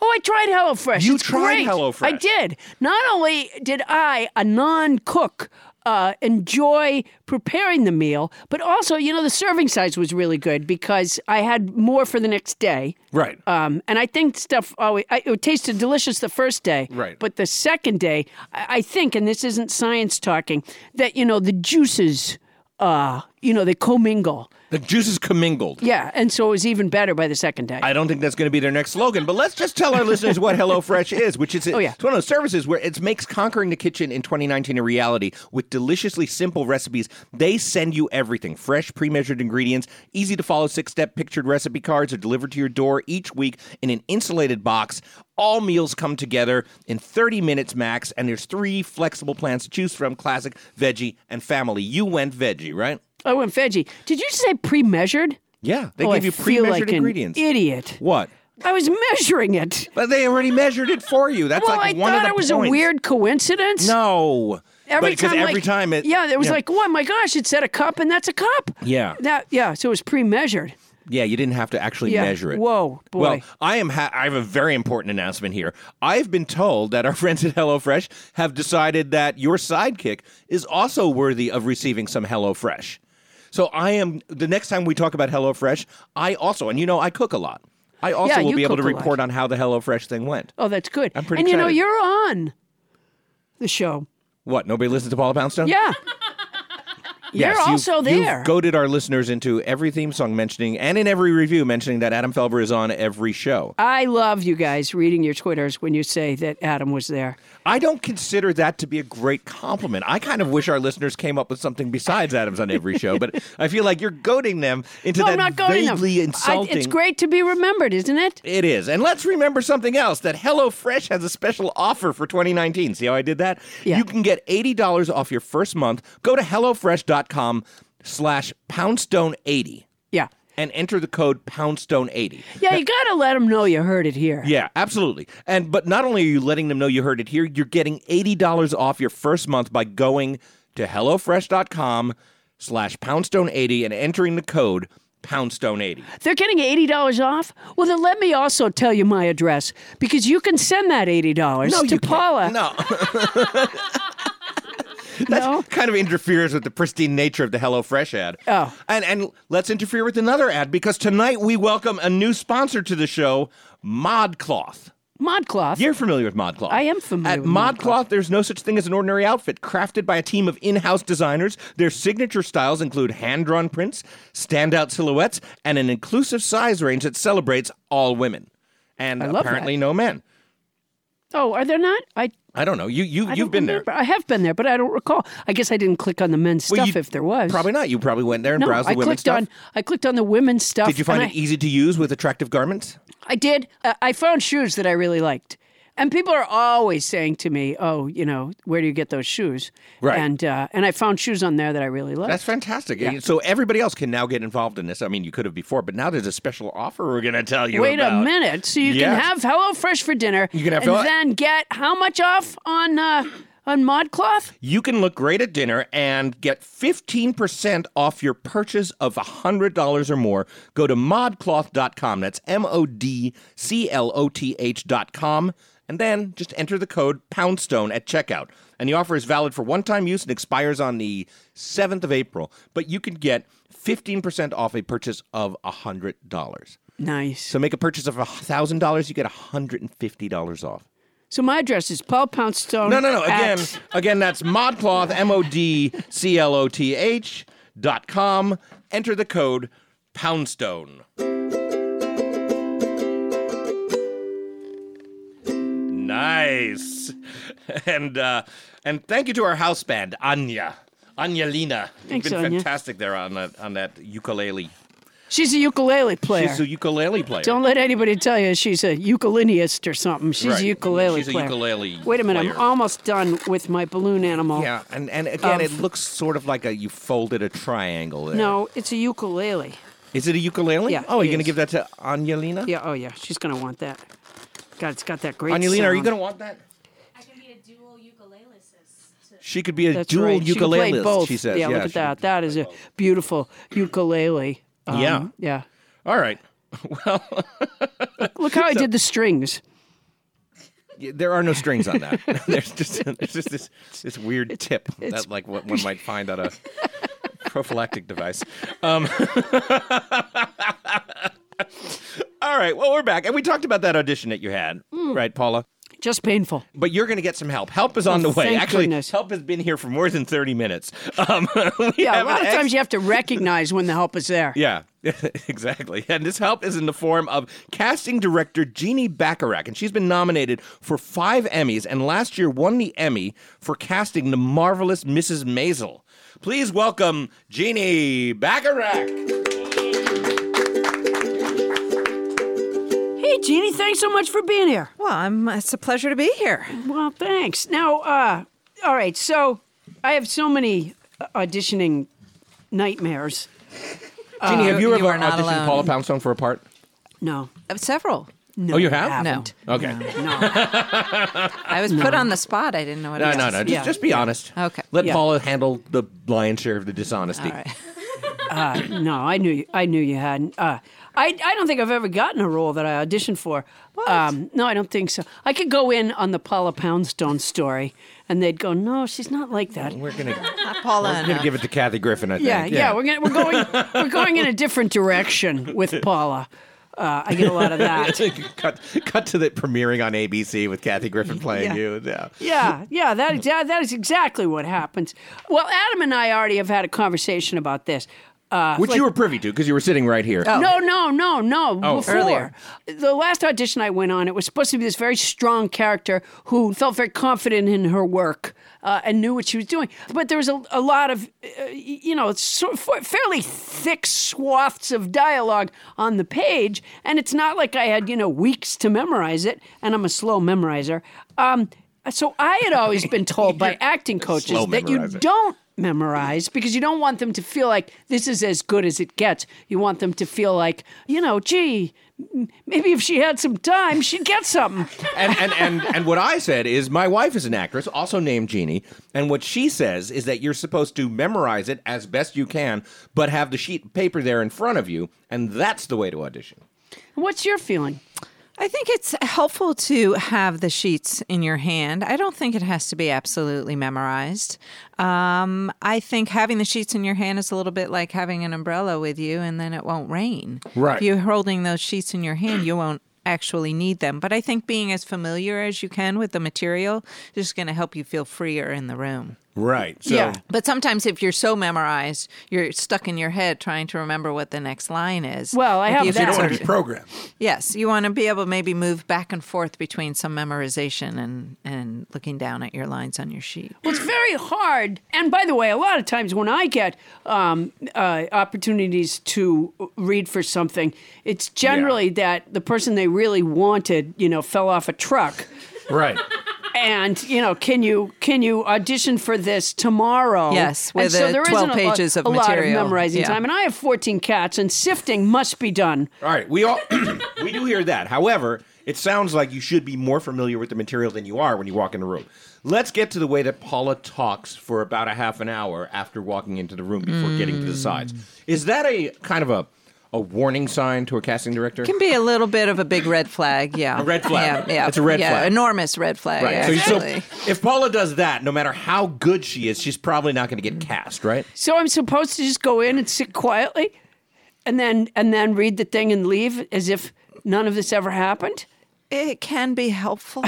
Oh, I tried HelloFresh. You It's tried great. HelloFresh. I did. Not only did I, a non cook, uh, enjoy preparing the meal, but also, you know, the serving size was really good because I had more for the next day. Right. Um, and I think stuff always I, it tasted delicious the first day, Right. But the second day, I, I think, and this isn't science talking, that you know the juices, uh, you know, they commingle. the juices commingled. Yeah, and so it was even better by the second day. I don't think that's going to be their next slogan, but let's just tell our listeners what HelloFresh is, which is Oh, yeah. it's one of those services where it makes conquering the kitchen in 2019 a reality with deliciously simple recipes. They send you everything fresh, pre measured ingredients, easy to follow six step pictured recipe cards are delivered to your door each week in an insulated box. All meals come together in 30 minutes max, and there's three flexible plans to choose from classic, veggie, and family. You went veggie, right? I went veggie. Oh, Did you say pre-measured? Yeah, they oh, give I you pre feel measured like an ingredients. idiot. What? I was measuring it. But they already measured it for you. That's well, like I one of thought the it was a points. weird coincidence. No. Every But 'cause time, every like- time it. yeah, it was yeah. like, oh my gosh, it said a cup, and that's a cup. Yeah. that yeah. So it was pre-measured. Yeah, you didn't have to actually Yeah. measure it. Whoa, boy. Well, I am. Ha- I have a very important announcement here. I've been told that our friends at HelloFresh have decided that your sidekick is also worthy of receiving some HelloFresh. So I am. The next time we talk about HelloFresh, I also, and you know, I cook a lot. I also Yeah, will you be able to cook a lot. report on how the HelloFresh thing went. Oh, that's good. I'm pretty And you know, excited. you're on the show. What? Nobody listens to Paula Poundstone? Yeah. Yes, you're you've- also there. You've goaded our listeners into every theme song mentioning and in every review mentioning that Adam Felber is on every show. I love you guys reading your Twitters when you say that Adam was there. I don't consider that to be a great compliment. I kind of wish our listeners came up with something besides Adam's on every show, but I feel like you're goading them into No, that Oh, I'm not going to. vaguely I- insulting. it's great to be remembered, isn't it? It is. And let's remember something else that HelloFresh has a special offer for 2019. See how I did that? Yeah. You can get $80 off your first month. Go to HelloFresh.com slash poundstone80 Yeah. and enter the code poundstone80. Yeah, you got to let them know you heard it here. Yeah, absolutely. And but not only are you letting them know you heard it here, you're getting eighty dollars off your first month by going to hellofresh.com slash poundstone eighty and entering the code poundstone eighty. They're getting $80 off? Well, then let me also tell you my address because you can send that $80 to Paula. No. That No? kind of interferes with the pristine nature of the HelloFresh ad. Oh. And and let's interfere with another ad because tonight we welcome a new sponsor to the show, ModCloth. Modcloth. You're familiar with ModCloth. I am familiar At with ModCloth, ModCloth. there's no such thing as an ordinary outfit. Crafted by a team of in-house designers, their signature styles include hand-drawn prints, standout silhouettes, and an inclusive size range that celebrates all women and love apparently that. no men. oh, are there not? I, I don't know. You you I you've don't been remember. there. I have been there, but I don't recall. I guess I didn't click on the men's Well, stuff you- if there was. Probably not. You probably went there and No, browsed the I women's clicked stuff. on I clicked on the women's stuff. Did you find and it I, easy to use with attractive garments? I did. Uh, I found shoes that I really liked, and people are always saying to me, "Oh, you know, where do you get those shoes?" Right. And uh, and I found shoes on there that I really liked. That's fantastic. So everybody else can now get involved in this. I mean, you could have before, but now there's a special offer we're going to tell you Wait about. a minute. So you can Yeah. have HelloFresh for dinner. You can have and Hello- then get how much off on uh, on ModCloth? You can look great at dinner and get 15% off your purchase of $100 or more. Go to modcloth.com. That's M O D C L O T H.com. And then just enter the code Poundstone at checkout. And the offer is valid for one time use and expires on the 7th of April. But you can get 15% off a purchase of $100. Nice. So make a purchase of $1,000, you get $150 off. so my address is Paul Poundstone. No, no, no. Again, at- again, that's modcloth, M O D C L O T H dot com. Enter the code Poundstone. Nice. And uh, and thank you to our house band, Anya. Anya Lina. You've Thanks, been Anya. fantastic there on that on that ukulele. She's a ukulele player. She's a ukulele player. Don't let anybody tell you she's a ukuleist or something. She's Right. a ukulele She's a player. ukulele Wait a minute, player. I'm almost done with my balloon animal. yeah, and, and again, Oh. Um, it looks sort of like a you folded a triangle there. No, it's a ukulele. Is it a ukulele? Yeah, Oh, are it you going to is. give that to Anya Lina? Yeah, oh yeah, she's gonna want that. God, it's um, got that great. Anya Lina, are you sound. going to want that? I can be a dual ukulelist. She could be a That's dual right. She can ukulelist, play both. she says. Yeah, look at she- that. That is a beautiful ukulele. Um, Yeah. yeah. All right. Look how I did the strings. Yeah, There are no strings on that. there's just there's just this this weird tip that like what one might find on a prophylactic device. Um, all right, well we're back, and we talked about that audition that you had, right, Paula? Just painful. But you're going to get some help. Help is on Oh, the way. thank Actually, goodness. help has been here for more than thirty minutes. Um, we Yeah, a have an lot of ex- times you have to recognize when the help is there. yeah, exactly. And this help is in the form of casting director Jeannie Bacharach, and she's been nominated for five Emmys, and last year won the Emmy for casting the marvelous Mrs. Maisel. Please welcome Jeannie Bacharach. Hey, Jeannie, thanks so much for being here. Well, I'm, it's a pleasure to be here. Well, thanks. Now, uh, all right. So, I have so many auditioning nightmares. Uh, Jeannie, have you, you ever are not auditioned alone. Paula Poundstone for a part? No, Uh, Several. no. Oh, you have? I No. haven't. Okay. No. I was put on the spot. I didn't know what No, to no, do. no. Just, Yeah. just be honest. Okay. Let Yeah. Paula handle the lion's share of the dishonesty. All right. Uh, no, I knew. You, I knew you hadn't. Uh, I, I don't think I've ever gotten a role that I auditioned for. Um, no, I don't think so. I could go in on the Paula Poundstone story, and they'd go, "No, she's not like that." We're gonna, we're Not Paula. and, gonna uh, give it to Kathy Griffin. I think. Yeah, yeah, we're gonna, we're going we're going in a different direction with Paula. Uh, I get a lot of that. cut, cut to the premiering on ABC with Kathy Griffin playing Yeah. you. Yeah. Yeah, yeah, that, that that is exactly what happens. Well, Adam and I already have had a conversation about this. Uh, Which like- Oh. you were privy to because you were sitting right here. No, no, no, no. Oh. before Earlier. the last audition I went on, it was supposed to be this very strong character who felt very confident in her work uh, and knew what she was doing. But there was a, a lot of, uh, you know, sort of fairly thick swaths of dialogue on the page, and it's not like I had you know weeks to memorize it, and I'm a slow memorizer. Um, so I had always been told by acting coaches slow that you memorizer. don't memorize because you don't want them to feel like this is as good as it gets. You want them to feel like, you know, gee, m- maybe if she had some time, she'd get something. And, and and and what I said is my wife is an actress, also named Jeannie, and what she says is that you're supposed to memorize it as best you can, but have the sheet of paper there in front of you, and that's the way to audition. What's your feeling? I think it's helpful to have the sheets in your hand. I don't think it has to be absolutely memorized. Um, I think having the sheets in your hand is a little bit like having an umbrella with you, and then it won't rain. Right. If you're holding those sheets in your hand, you won't actually need them. But I think being as familiar as you can with the material is just going to help you feel freer in the room. Right. So Yeah. But sometimes, if you're so memorized, you're stuck in your head trying to remember what the next line is. Well, I If have you that. You don't wanna sort of- Yes, you want to be able to maybe move back and forth between some memorization and and looking down at your lines on your sheet. Well, it's very hard. And by the way, a lot of times when I get um, uh, opportunities to read for something, it's generally that the person they really wanted, you know, fell off a truck. Right. and you know, can you can you audition for this tomorrow? Yes, And with so the there 12 isn't pages a, of a lot material. of memorizing Yeah. time, and I have fourteen cats, and sifting must be done. All right. We all we do hear that. However, it sounds like you should be more familiar with the material than you are when you walk in the room. Let's get to the way that Paula talks for about a half an hour after walking into the room before getting Mm. to the sides. Is that a kind of a a warning sign to a casting director? Can be a little bit of a big red flag, yeah. A red flag. Yeah, yeah. It's a red yeah, flag. Enormous red flag. Right. So, so Actually. if Paula does that, no matter how good she is, she's probably not going to Mm. get cast, right? So I'm supposed to just go in and sit quietly, and then and then read the thing and leave as if none of this ever happened. it can be helpful.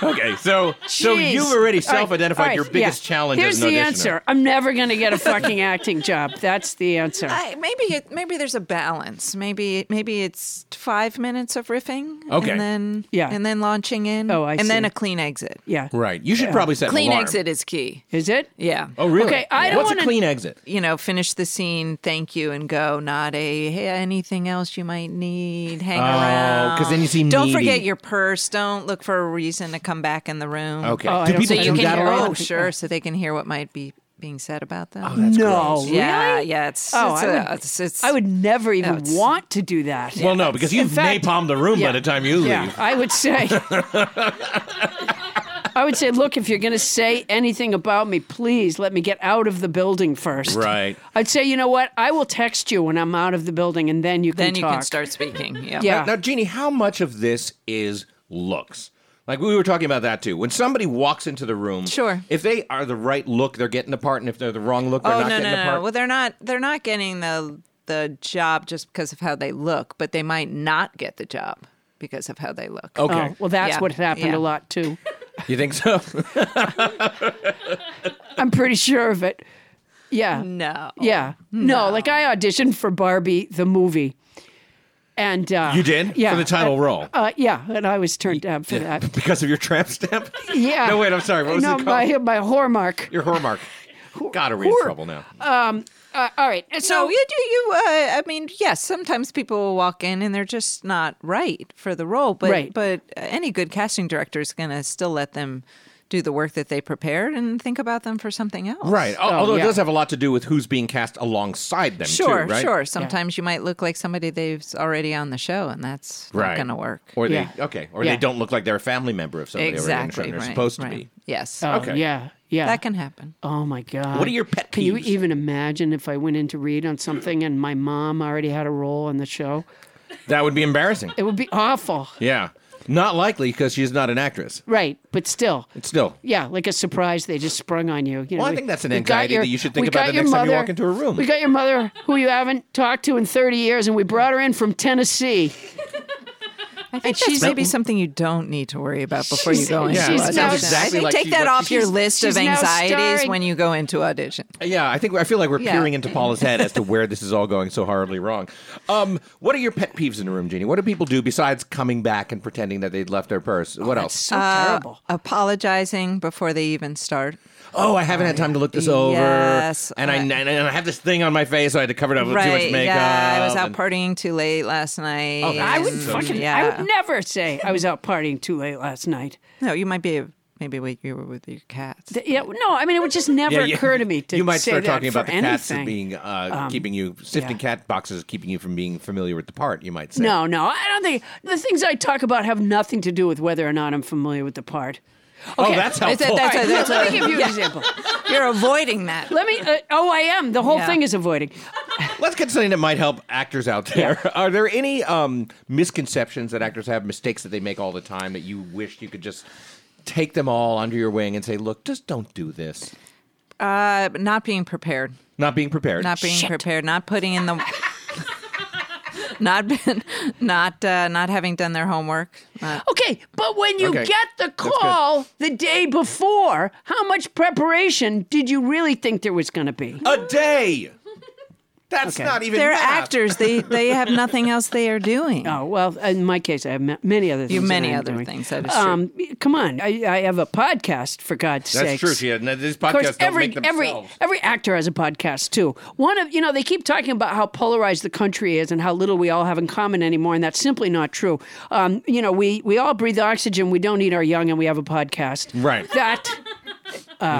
Okay, so so Jeez. you've already All right, self-identified all right, your biggest yeah. challenge Here's as an the auditioner. answer. I'm never going to get a fucking acting job. That's the answer. I, maybe it, maybe there's a balance. Maybe maybe it's five minutes of riffing, Okay. and then Yeah. and then launching in, Oh, I and then see. a clean exit. yeah. Right. You should probably set an Clean alarm. exit is key. Is it? Yeah. Oh, really? Okay, I don't What's wanna- a clean exit? You know, finish the scene, thank you, and go. Not a hey, anything else you might need. Hang around. 'cause then you seem Don't Oh, needy. forget your purse. Don't look for a reason to come back in the room. Okay. Oh, I do don't people So think I you do can do that hear, at all? Oh, oh, sure, so they can hear what might be being said about them. no. yeah, really? yeah. It's, Oh, it's, I a- would- it's, it's I would never even it's- want to do that. Well, no, because In you've fact- napalmed the room Yeah. by the time you leave. Yeah, I would say. I would say, look, if you're going to say anything about me, please let me get out of the building first. Right. I'd say, you know what? I will text you when I'm out of the building, and then you can then you talk. can start speaking. Yeah. Yeah. Now, Jeannie, how much of this is looks? Like we were talking about that too. When somebody walks into the room, Sure. If they are the right look, they're getting the part, and if they're the wrong look, they're Oh not no, getting no, the no. part. Well, they're not. They're not getting the the job just because of how they look, but they might not get the job because of how they look. Okay, Oh, well, that's Yeah, what happened yeah. a lot too. you think so? I'm pretty sure of it. Yeah. Oh, No. Yeah. No. like I auditioned for Barbie the movie. And uh, You did? Yeah. For the title Uh, role? Uh, yeah. And I was turned down for that. because of your tramp stamp? Yeah. No, wait. I'm sorry. What was no, it called? my, my whore mark. Your hallmark. God, are we in whore. trouble now? Uh, all right. And So so, you do you? Uh, I mean, yes. Sometimes people will walk in and they're just not right for the role, but Right. but any good casting director is going to still let them do the work that they prepared and think about them for something else. Right. Al- Although oh, yeah. it does have a lot to do with who's being cast alongside them, Sure, too, right? sure. Sometimes you might look like somebody they've already on the show, and that's Right. not going to work. Or they Yeah. okay, or Yeah. they don't look like they're a family member of somebody exactly. or they're right, supposed right. to be. Yes. Oh, okay. yeah. Yeah. That can happen. oh my God. What are your pet Can you peeves? even imagine if I went in to read on something and my mom already had a role on the show? That would be embarrassing. It would be awful. Yeah. Not likely because she's not an actress. Right. But still. But still. Yeah, like a surprise they just sprung on you. you know, Well, I we- think that's an we got anxiety your- that you should think we got about the your next time you mother- walk into a room. We got your mother, who you haven't talked to in 30 years, and we brought her in from Tennessee. I think she's- that's maybe something you don't need to worry about before you go into she's audition. now- Sounds I exactly think like take she's that what- off your she's- list she's of now anxieties starring- when you go into audition. Yeah, I think I feel like we're Yeah. peering into Paula's head as to where this is all going so horribly wrong. Um, what are your pet peeves in the room, Jeannie? What do people do besides coming back and pretending that they'd left their purse? Oh, What else? So terrible. Uh, Apologizing before they even start. Oh, I haven't had time to look this over. Yes, and I, I- and I have this thing on my face, so I had to cover it up with too much Right. makeup. Yeah, I was out and- partying too late last night. Oh, that's I would and- so fucking, yeah. I would never say I was out partying too late last night. No, you might be maybe wait, you were with your cats. Th- Yeah, no, I mean, it would just never yeah. occur to me to You might say start that talking about for the cats anything. Um, as being uh, keeping you sifting cat boxes, keeping you from being familiar with the part. You might say No, no, I don't think the things I talk about have nothing to do with whether or not I'm familiar with the part. Oh, that's That's helpful. it, that's All it, right, that's let it. me give you an Yeah. example. You're avoiding that. Let me. Uh, oh, I am. The whole Yeah. thing is avoiding. Let's get something that might help actors out there. Are there any um, misconceptions that actors have, mistakes that they make all the time that you wish you could just take them all under your wing and say, "Look, just don't do this." Uh, not being prepared. Not being prepared. not being prepared, not putting in the, not been, not uh, not having done their homework. Not, Okay, but when you Okay, get the good. call the day before, how much preparation did you really think there was going to be? a day. That's not even. they're math. actors. They they have nothing else they are doing. Oh well, in my case, I have ma- many other things. You have that many I am other doing. things, that is true. um, Come on, I, I have a podcast for God's sake. That's true. She had, this Of course, podcast don't every make themselves. every every actor has a podcast too. One of you know they keep talking about how polarized the country is and how little we all have in common anymore, and that's simply not true. Um, you know, we we all breathe oxygen. We don't eat our young, and we have a podcast. Right. That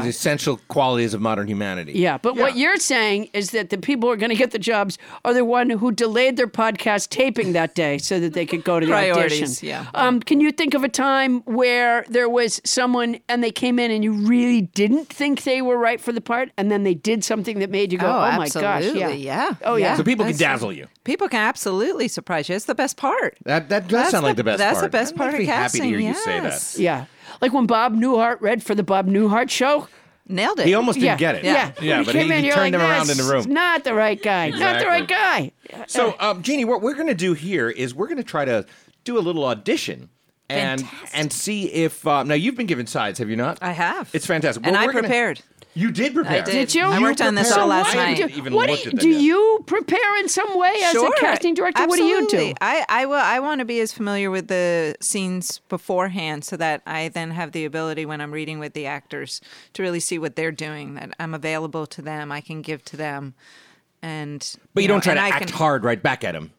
These essential qualities of modern humanity. uh, Yeah, but what you're saying is that the people who are going to get the jobs are the one who delayed their podcast taping that day so that they could go to the Priorities, audition. yeah. Um, can you think of a time where there was someone and they came in and you really didn't think they were right for the part, and then they did something that made you go, "Oh, my absolutely, gosh, yeah. Oh yeah. So people That's- can dazzle you. People can absolutely surprise you. It's the best part. That that does That's sound like the- the best that's part. the best I'm part of actually Happy to hear casting, you say yes. that. yeah, like when Bob Newhart read for the Bob Newhart show. Nailed it. He almost didn't yeah, get it. Yeah, yeah, When but he, came in, he you're turned like, him around in "This the is room. Not the right guy. Not the Exactly. right guy. So, um, Jeannie, what we're going to do here is we're going to try to do a little audition and and see if um, now you've been given sides, have you not? I have. It's fantastic. And Well, I we're gonna- prepared. you did prepare. I did. Did you? I worked on this all last I night. haven't even what do looked you, at that do yet. you prepare in some way as a casting director? What do you Absolutely. do? I, I will. I want to be as familiar with the scenes beforehand, so that I then have the ability when I'm reading with the actors to really see what they're doing. That I'm available to them. I can give to them. And But you, know, don't try and to I act can- hard right back at him.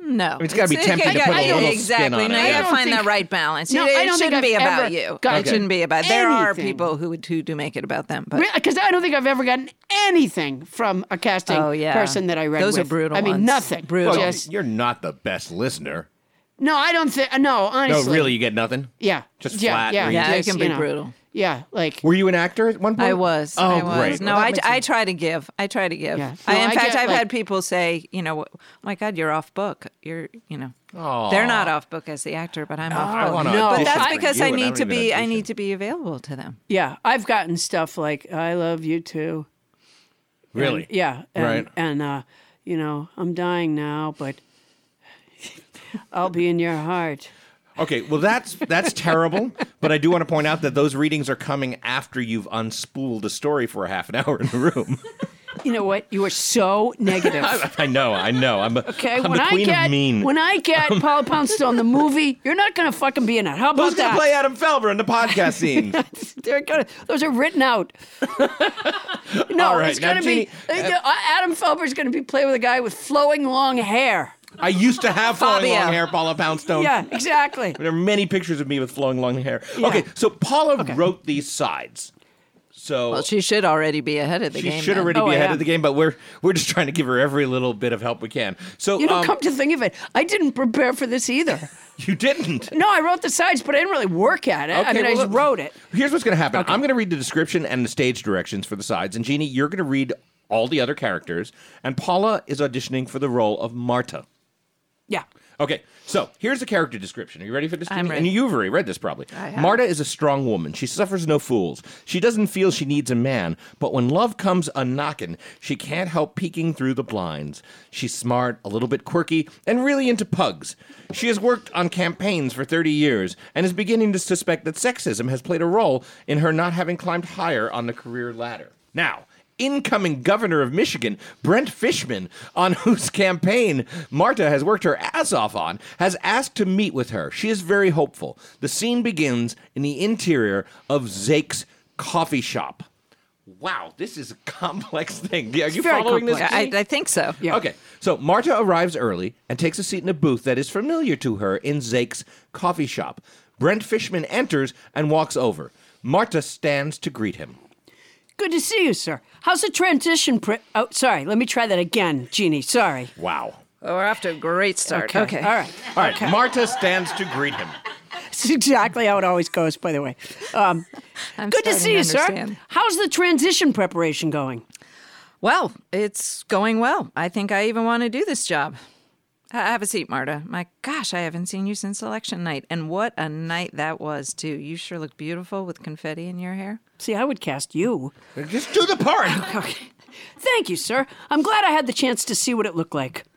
No, it's gotta be tempting to put a I- little spin exactly. on No, it. you I gotta don't find that think- right balance. No, it, I it don't think shouldn't I've be about ever you. gotten It shouldn't be about. There are anything. people who would, who do make it about them, but Because I don't think I've ever gotten anything from a casting Oh, yeah. person that I read Those are with. brutal I mean, ones. nothing. Brutal. Well, Just, you're not the best listener. no, I don't think. No, No, honestly. really, you get nothing. Yeah. Just yeah, flat Yeah, reads. Yeah, it just, can be you know. brutal. Yeah, like Were you an actor at one point? I was. Oh, I was. great. No, Well, that I, makes I sense. try to give. I try to give. Yeah. I, No, in I fact, get, I've like- had people say, you know, oh my God, you're off book. You're, you know, they're not off book as the actor, but I'm I off book. wanna No. But audition that's for because you I and need don't to even be. I audition. need to be available to them. yeah, I've gotten stuff like "I love you too." Really? Yeah, and, Right. And uh, you know, I'm dying now, but I'll be in your heart. Okay, well that's that's terrible, but I do want to point out that those readings are coming after you've unspooled a story for a half an hour in the room. You know what? You are so negative. I know, I know. I'm a, Okay, I'm when the queen I get of mean. Um, when I get Paula Poundstone the movie, you're not gonna fucking be in it. How about Who's that? gonna play Adam Felber in the podcast scene? They're gonna, those are written out. no, All right, it's now, gonna be uh, Jeannie, uh, Adam Felber's gonna be playing with a guy with flowing long hair. I used to have flowing Fabio. long hair, Paula Poundstone. Yeah, exactly. There are many pictures of me with flowing long hair. Okay, so Paula wrote these sides. So Well, she should already be ahead of the she game. should then. already Oh, be I ahead am. of the game, but we're we're just trying to give her every little bit of help we can. So You know, um, come to think of it, I didn't prepare for this either. you didn't. No, I wrote the sides, but I didn't really work at it. I Okay, mean, I well, just look, wrote it. Here's what's going to happen. I'm going to read the description and the stage directions for the sides, and Jeannie, you're going to read all the other characters, and Paula is auditioning for the role of Marta. Yeah. Okay, so here's the character description. Are you ready for this? I'm Jeannie? ready. And you've already read this probably. have. Marta is a strong woman. She suffers no fools. She doesn't feel she needs a man, but when love comes a knockin', she can't help peeking through the blinds. She's smart, a little bit quirky, and really into pugs. She has worked on campaigns for 30 years and is beginning to suspect that sexism has played a role in her not having climbed higher on the career ladder. Now, incoming governor of Michigan, Brent Fishman, on whose campaign Marta has worked her ass off on, has asked to meet with her. She is very hopeful. The scene begins in the interior of Zake's coffee shop. Wow, this is a complex thing. Are you very following this? complex. I, I think so. Yeah. Okay. So Marta arrives early and takes a seat in a booth that is familiar to her in Zake's coffee shop. Brent Fishman enters and walks over. Marta stands to greet him. Good to see you, sir. How's the transition? Pr- oh, sorry. Let me try that again, Jeannie. Sorry. Wow. Well, we're off to a great start. Okay. All right. All right, Marta stands to greet him. That's exactly how it always goes, by the way. Um, I'm good to starting see you, understand. sir. How's the transition preparation going? Well, it's going well. I think I even want to do this job. Ha- Have a seat, Marta. My gosh, I haven't seen you since election night. And what a night that was, too. You sure look beautiful with confetti in your hair. See, I would cast you. Just do the part. Thank you, sir. I'm glad I had the chance to see what it looked like.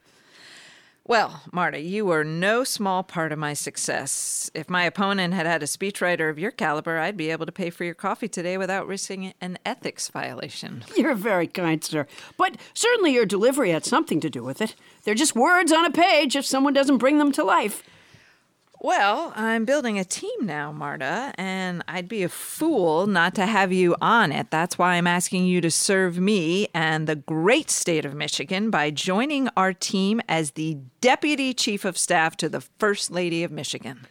Well, Marta, you were no small part of my success. If my opponent had had a speechwriter of your caliber, I'd be able to pay for your coffee today without risking an ethics violation. You're very kind, sir. But certainly your delivery had something to do with it. They're just words on a page if someone doesn't bring them to life. Well, I'm building a team now, Marta, and I'd be a fool not to have you on it. That's why I'm asking you to serve me and the great state of Michigan by joining our team as the deputy chief of staff to the First Lady of Michigan.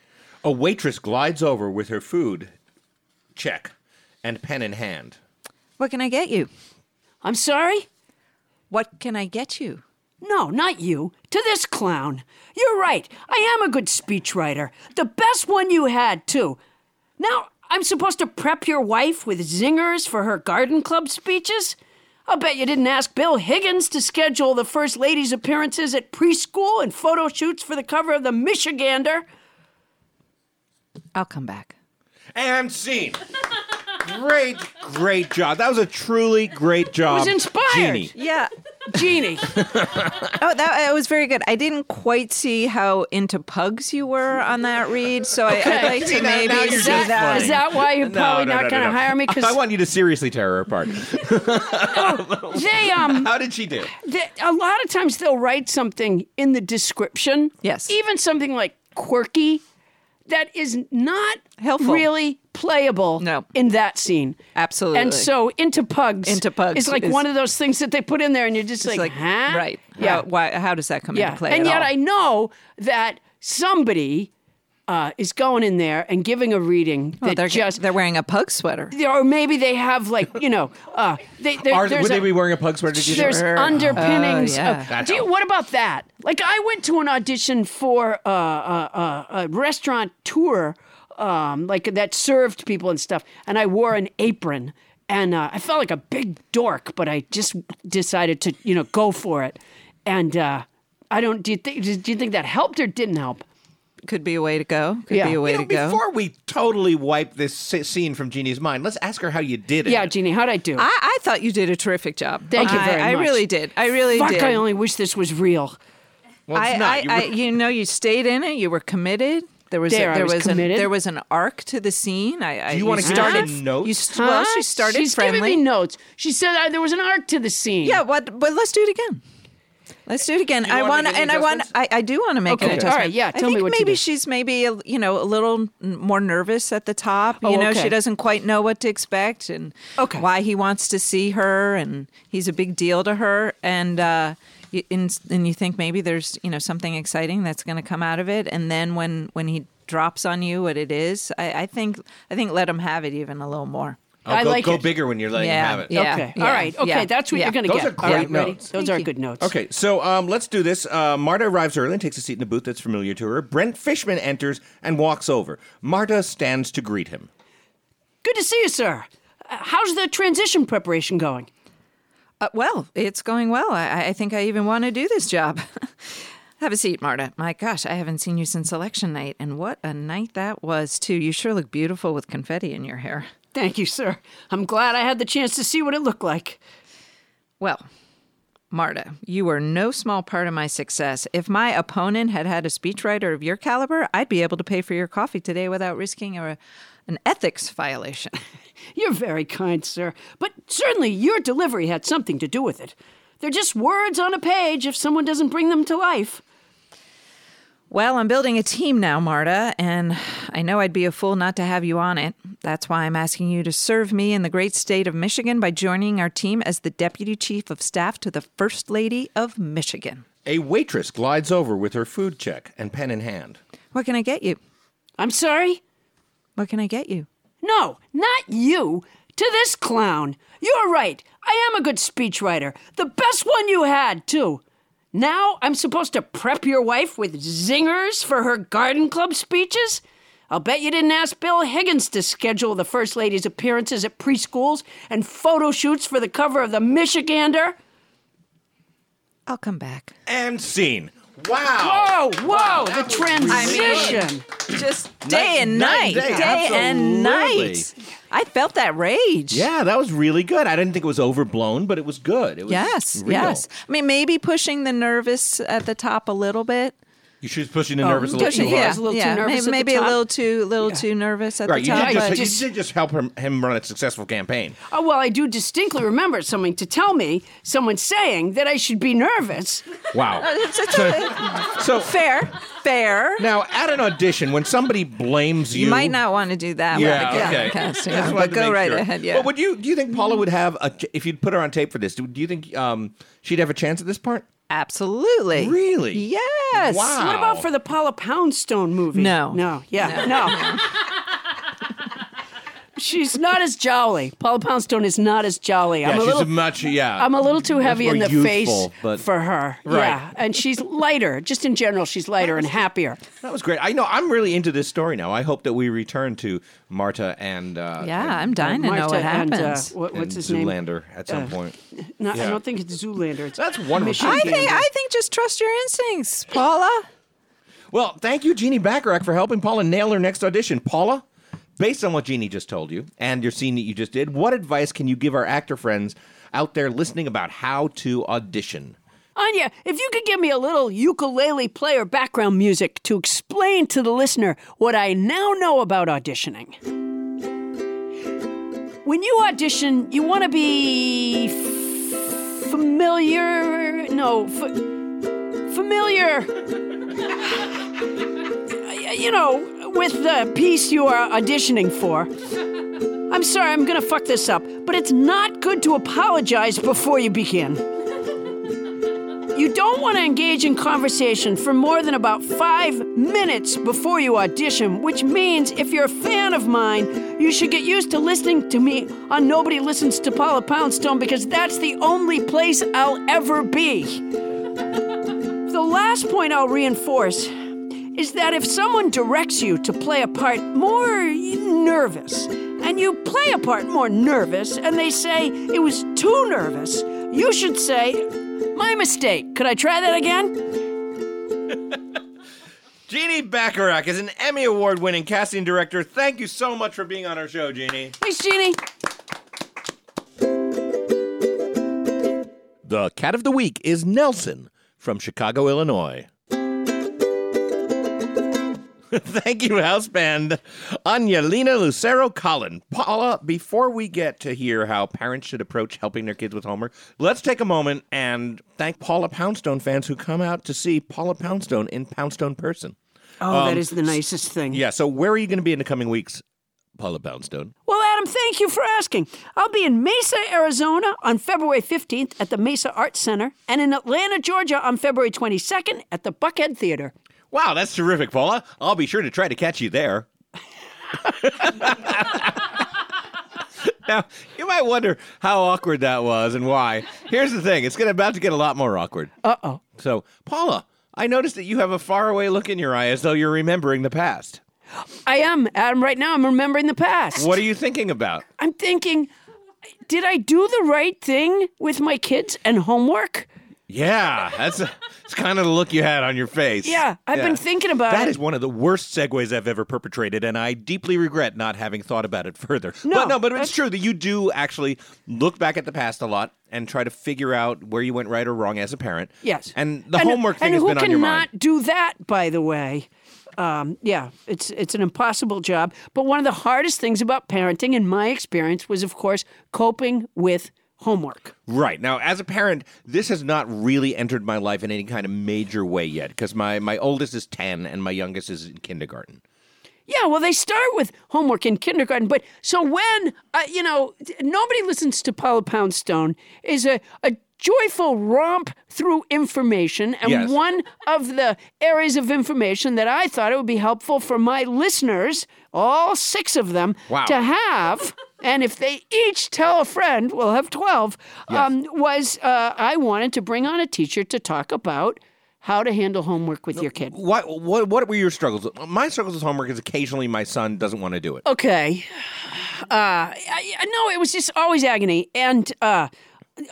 A waitress glides over with her food, check, and pen in hand. What can I get you? I'm sorry? What can I get you? No, not you. To this clown. You're right. I am a good speechwriter. The best one you had, too. Now, I'm supposed to prep your wife with zingers for her garden club speeches? I'll bet you didn't ask Bill Higgins to schedule the First Lady's appearances at preschool and photo shoots for the cover of the Michigander. I'll come back. And scene. Great, great job. That was a truly great job. was inspired. Jeannie. Yeah, Genie. Oh, that it was very good. I didn't quite see how into pugs you were on that read, so I, I'd like to now- maybe now you're see Is just that. that, funny. is that why you're No, probably no, not no, no, going to no. hire me? I Because want you to seriously tear her apart. they um. How did she do? that a lot of times they'll write something in the description. Yes. Even something like quirky that is not Helpful. really playable No. in that scene. Absolutely. And so into pugs. Into Pugs is like is- one of those things that they put in there and you're just, It's like, like, huh? right? Yeah. How, why, how does that come yeah. into play? and at yet all? I know that somebody uh, is going in there and giving a reading Well, that Oh, they're just they're wearing a pug sweater. or maybe they have like you know uh, they, there- Are, there's would a- they be wearing a pug sweater? Did you there's know? underpinnings. Oh, yeah. of- do you, what about that? Like I went to an audition for uh, a, a, a restaurant tour, um, like that served people and stuff, and I wore an apron, and uh, I felt like a big dork, but I just decided to you know go for it, and uh, I don't. Do you think? Do you think that helped or didn't help? Could be a way to go. Could Yeah. be a way You know, to go. before we totally wipe this sc- scene from Jeannie's mind, let's ask her how you did it. Yeah, Jeannie, how'd I do? I, I thought you did a terrific job. Thank you I, very I much. really did. I really Fuck! did. I only wish this was real. Well, it's I, not. I, You I, were- you know, you stayed in it. You were committed. There was There, a, I there was an, committed. there was an arc to the scene. I, I Do you wanna give started me notes? You, st- well, Huh? she started She's friendly. giving me notes. She said uh, there was an arc to the scene. yeah, what? But let's do it again. Let's do it again. I wanna want make any and I want I, I do want to make an Okay. adjustment. All right, yeah, I tell me think what to maybe do. she's maybe a, you know a little n- more nervous at the top. Oh, you know, okay. she doesn't quite know what to expect and Okay. why he wants to see her and he's a big deal to her and uh you, and, and you think maybe there's you know something exciting that's going to come out of it and then when when he drops on you what it is, I, I think I think let him have it even a little more. Oh, I go, like go it. bigger when you're letting Yeah, him have it. yeah. Okay. All right. Okay. yeah, That's what yeah. you're going to Those get. are All right. great Ready? notes. Those are good notes. Okay, so um, let's do this. Uh, Marta arrives early and takes a seat in a booth that's familiar to her. Brent Fishman enters and walks over. Marta stands to greet him. Good to see you, sir. Uh, how's the transition preparation going? Uh, well, it's going well. I, I think I even want to do this job. Have a seat, Marta. My gosh, I haven't seen you since election night, and what a night that was, too. You sure look beautiful with confetti in your hair. Thank you, sir. I'm glad I had the chance to see what it looked like. Well, Marta, you were no small part of my success. If my opponent had had a speechwriter of your caliber, I'd be able to pay for your coffee today without risking a, an ethics violation. You're very kind, sir. But certainly your delivery had something to do with it. They're just words on a page if someone doesn't bring them to life. Well, I'm building a team now, Marta, and I know I'd be a fool not to have you on it. That's why I'm asking you to serve me in the great state of Michigan by joining our team as the Deputy Chief of Staff to the First Lady of Michigan. A waitress glides over with her food check and pen in hand. What can I get you? I'm sorry? What can I get you? No, not you. To this clown. You're right. I am a good speechwriter. The best one you had, too. Now I'm supposed to prep your wife with zingers for her garden club speeches? I'll bet you didn't ask Bill Higgins to schedule the First Lady's appearances at preschools and photo shoots for the cover of the Michigander. I'll come back. And scene. Wow. Oh, whoa, the transition. Just day and night, night and day, day, and absolutely. night. I felt that rage. Yeah, that was really good. I didn't think it was overblown, but it was good. It was Yes, real. yes. I mean, maybe pushing the nervous at the top a little bit. You she was pushing the Oh, nervous a little pushing too it, hard. was a little too nervous at Maybe, the maybe a top. little too, little too nervous at Right, the you top. did, just, you but- did just help him, him run a successful campaign. Oh, well, I do distinctly remember something to tell me, someone saying that I should be nervous. Wow. It's- it's a- So fair, fair. now at an audition, when somebody blames you, You might not want to do that. one Yeah, again, okay. because, you Just wanted know, but to go make right sure. ahead. Yeah. But would you do you think Paula would have a ch- if you'd put her on tape for this? Do, do you think um, she'd have a chance at this part? Absolutely. Really? Yes. Wow. What about for the Paula Poundstone movie? No. No. Yeah. No. She's not as jolly. Paula Poundstone is not as jolly. Yeah, I'm a she's little. a much yeah. I'm a little too heavy more in the youthful, face but- for her. Right. Yeah. And she's lighter. Just in general, she's lighter and happier. that was great. I know. I'm really into this story now. I hope that we return to Marta and uh, Yeah, I'm dying to know Marta what and, uh, happens. what- and what's his name? Uh, Zoolander at some point. No, I Yeah. don't think it's Zoolander. It's That's wonderful. I think I think just trust your instincts, Paula. Well, thank you, Jeannie Bacharach, for helping Paula nail her next audition. Paula, based on what Jeannie just told you and your scene that you just did, what advice can you give our actor friends out there listening about how to audition. Anya, if you could give me a little ukulele player background music to explain to the listener what I now know about auditioning. When you audition, you want to be f- familiar. No, f- familiar. you know, with the piece you are auditioning for. I'm sorry, I'm going to fuck this up, but it's not good to apologize before you begin. You don't want to engage in conversation for more than about five minutes before you audition, which means if you're a fan of mine, you should get used to listening to me on Nobody Listens to Paula Poundstone because that's the only place I'll ever be. the last point I'll reinforce is that if someone directs you to play a part more nervous, and you play a part more nervous, and they say it was too nervous, you should say, My mistake. Could I try that again? Jeannie Bacharach is an Emmy Award winning casting director. Thank you so much for being on our show, Jeannie. Thanks, Jeannie. The cat of the week is Nelson from Chicago, Illinois. Thank you, house band. Anyalina Lucero Collin. Paula, before we get to hear how parents should approach helping their kids with homework, let's take a moment and thank Paula Poundstone fans who come out to see Paula Poundstone in Poundstone person. Oh, that is the nicest thing. Yeah, so where are you going to be in the coming weeks, Paula Poundstone? Well, Adam, thank you for asking. I'll be in Mesa, Arizona on February 15th at the Mesa Arts Center and in Atlanta, Georgia on February 22nd at the Buckhead Theater. Wow, that's terrific, Paula. I'll be sure to try to catch you there. now, you might wonder how awkward that was and why. Here's the thing it's gonna, about to get a lot more awkward. Uh oh. So, Paula, I noticed that you have a faraway look in your eye as though you're remembering the past. I am, Adam, right now I'm remembering the past. What are you thinking about? I'm thinking, did I do the right thing with my kids and homework? Yeah, that's, that's kind of the look you had on your face. Yeah, I've been thinking about That it. is one of the worst segues I've ever perpetrated, and I deeply regret not having thought about it further. but no, but it's true that you do actually look back at the past a lot and try to figure out where you went right or wrong as a parent. yes. and the homework thing and has who been on cannot your mind. do that, by the way. Um, yeah, it's it's an impossible job. But one of the hardest things about parenting, in my experience, was of course coping with homework. Right now, as a parent, this has not really entered my life in any kind of major way yet because my my oldest is ten and my youngest is in kindergarten. Yeah, well, they start with homework in kindergarten. But so when, uh, you know, d- nobody listens to Paula Poundstone is a, a joyful romp through information. And Yes. one of the areas of information that I thought it would be helpful for my listeners, all six of them, Wow. to have. And if they each tell a friend, we'll have 12. Um, was uh, I wanted to bring on a teacher to talk about how to handle homework with your kid. What what what were your struggles? My struggles with homework is occasionally my son doesn't want to do it. Okay. Uh, I, I- no, it was just always agony, and uh,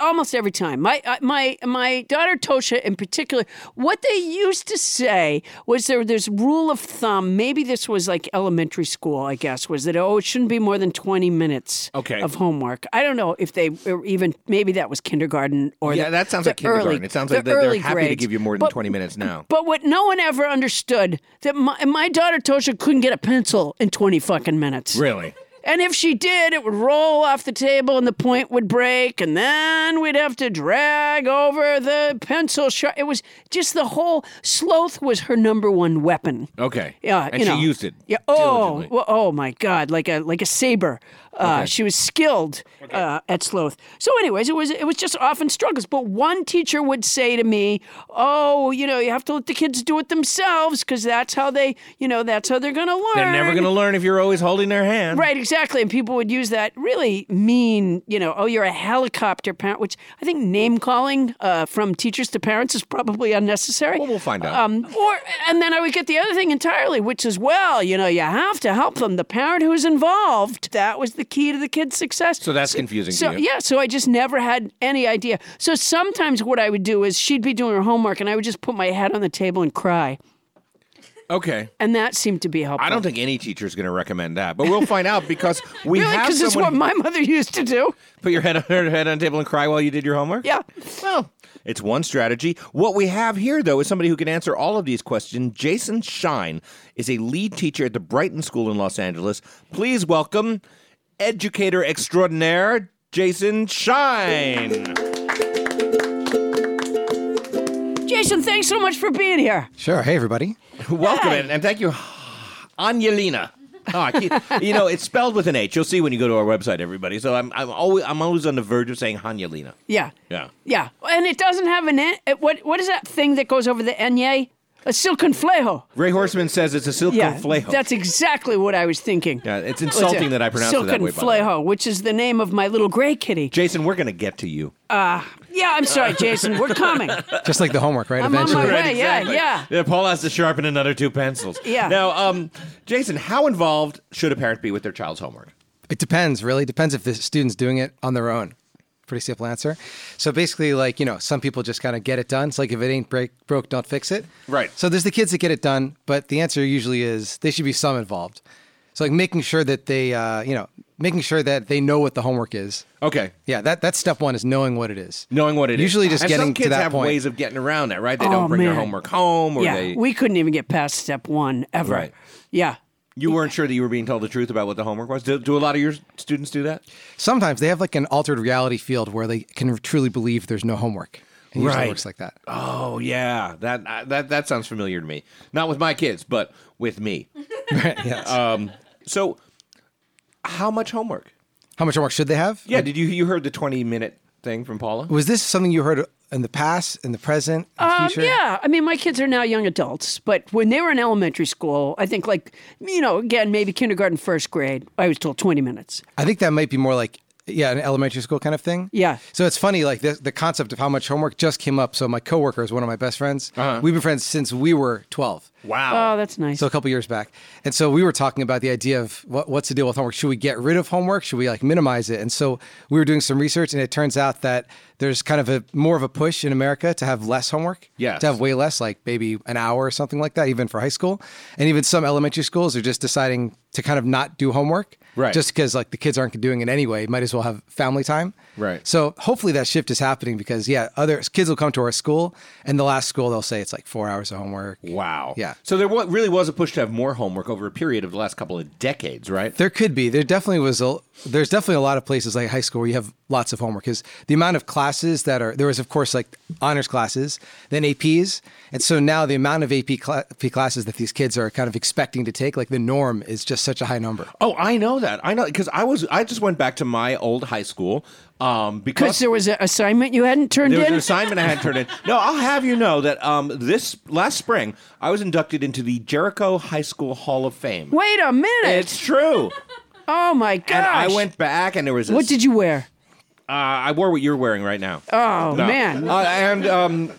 almost every time. My uh, my my daughter Tosha, in particular, what they used to say was there this rule of thumb. Maybe this was like elementary school, I guess, was that oh, it shouldn't be more than twenty minutes Okay. of homework. I don't know if they were even maybe that was kindergarten or Yeah, the- that sounds Oh, the like kindergarten. early- it sounds the like they're, they're early happy to grades. give you more than But- twenty minutes now. but what no one ever understood that my, my daughter Tosha couldn't get a pencil in 20 fucking minutes. Really? And if she did, it would roll off the table and the point would break and then we'd have to drag over the pencil sharp. It was just the whole sloth was her number one weapon. Okay. Yeah, And you she know. used it. Yeah. Oh, diligently. well, oh my God! Like a like a saber. Uh, She was skilled uh, at sloth. So, anyways, it was it was just often struggles. But one teacher would say to me, "Oh, you know, you have to let the kids do it themselves because that's how they, you know, that's how they're going to learn. They're never going to learn if you're always holding their hand. Right, exactly. And people would use that really mean, you know, oh, you're a helicopter parent, which I think name calling uh, from teachers to parents is probably unnecessary. Well, we'll find out. Um, or and then I would get the other thing entirely, which is well, you know, you have to help them. The parent who's involved, that was the key to the kid's success. so that's confusing So to you. yeah, so I just never had any idea. So sometimes what I would do is she'd be doing her homework and I would just put my head on the table and cry. Okay. and that seemed to be helpful. I don't think any teacher is going to recommend that, but we'll find out because we really have because it's what someone my mother used to do. put your head on her head on the table and cry while you did your homework. Yeah. Well, it's one strategy. What we have here, though, is somebody who can answer all of these questions. Jason Shine is a lead teacher at the Brighton School in Los Angeles. Please welcome educator extraordinaire Jason Shine. Jason, thanks so much for being here. Sure. Hey, everybody. Welcome and, and thank you, Angelina. Oh, I keep, you know it's spelled with an H. You'll see when you go to our website, everybody. So I'm, I'm always I'm always on the verge of saying Hangelina. Yeah. Yeah. Yeah. And it doesn't have an en- it- what what is that thing that goes over the enye? A silconflejo. Ray Horseman says it's a silk Yeah. flejo. That's exactly what I was thinking. yeah, it's What's it? insulting that I pronounce it that way. by the way. Silconflejo, which is the name of my little gray kitty. Jason, we're gonna get to you. Oh, Yeah, I'm sorry, Jason. We're coming. Just like the homework, right? I'm on my Eventually. way. Yeah, yeah. Paul has to sharpen another two pencils. Yeah. Now, um, Jason, how involved should a parent be with their child's homework? It depends, really. Depends if the student's doing it on their own. Pretty simple answer. So basically, like, you know, some people just kind of get it done. It's like if it ain't break, broke, don't fix it. Right. So there's the kids that get it done, but the answer usually is they should be some involved. So, like, making sure that they, uh, you know, making sure that they know what the homework is. Okay. Yeah, that, that's step one is knowing what it is. Knowing what it is. Usually just and getting some to kids that have point. ways of getting around that, right? They Oh, don't bring man. their homework home, or yeah. they We couldn't even get past step one ever. Right. Yeah. you weren't sure that you were being told the truth about what the homework was. Do, do a lot of your students do that? Sometimes they have like an altered reality field where they can truly believe there's no homework. It usually Right. works like that. Oh yeah, that I that that sounds familiar to me. Not with my kids, but with me. Um, yes. So, how much homework? How much homework should they have? Yeah, did you you heard the twenty minute thing from Paula? Was this something you heard in the past, in the present, in the Um, future? yeah, I mean, my kids are now young adults, but when they were in elementary school, I think like you know, again, maybe kindergarten, first grade, I was told twenty minutes. I think that might be more like yeah, an elementary school kind of thing. Yeah. So it's funny, like the, the concept of how much homework just came up. So my coworker is one of my best friends. Uh-huh. We've been friends since we were twelve. wow. Oh, that's nice. So a couple years back, and so we were talking about the idea of what, what's the deal with homework? Should we get rid of homework? Should we like minimize it? And so we were doing some research, and it turns out that there's kind of a more of a push in America to have less homework. Yes. to have way less, like maybe an hour or something like that, even for high school, and even some elementary schools are just deciding to kind of not do homework, Right. Just because like the kids aren't doing it anyway, might as well have family time, Right. So hopefully that shift is happening because yeah, other kids will come to our school, and the last school they'll say it's like four hours of homework. Wow. Yeah. So there wa- really was a push to have more homework over a period of the last couple of decades, right? There could be. There definitely was. A, there's definitely a lot of places like high school where you have lots of homework because the amount of classes that are there was of course like honors classes, then APs, and so now the amount of AP, cla- AP classes that these kids are kind of expecting to take, like the norm is just such a high number. Oh, I know that. I know because I was I just went back to my old high school um, Because because there was an assignment you hadn't turned there was in. an assignment I had turned in. No, I'll have you know that um, this last spring I was inducted into the Jericho High School Hall of Fame. Wait a minute! It's true. oh my gosh! And I went back, and there was. What did you wear? Uh, I wore what you're wearing right now. Oh No. man! Uh, and um,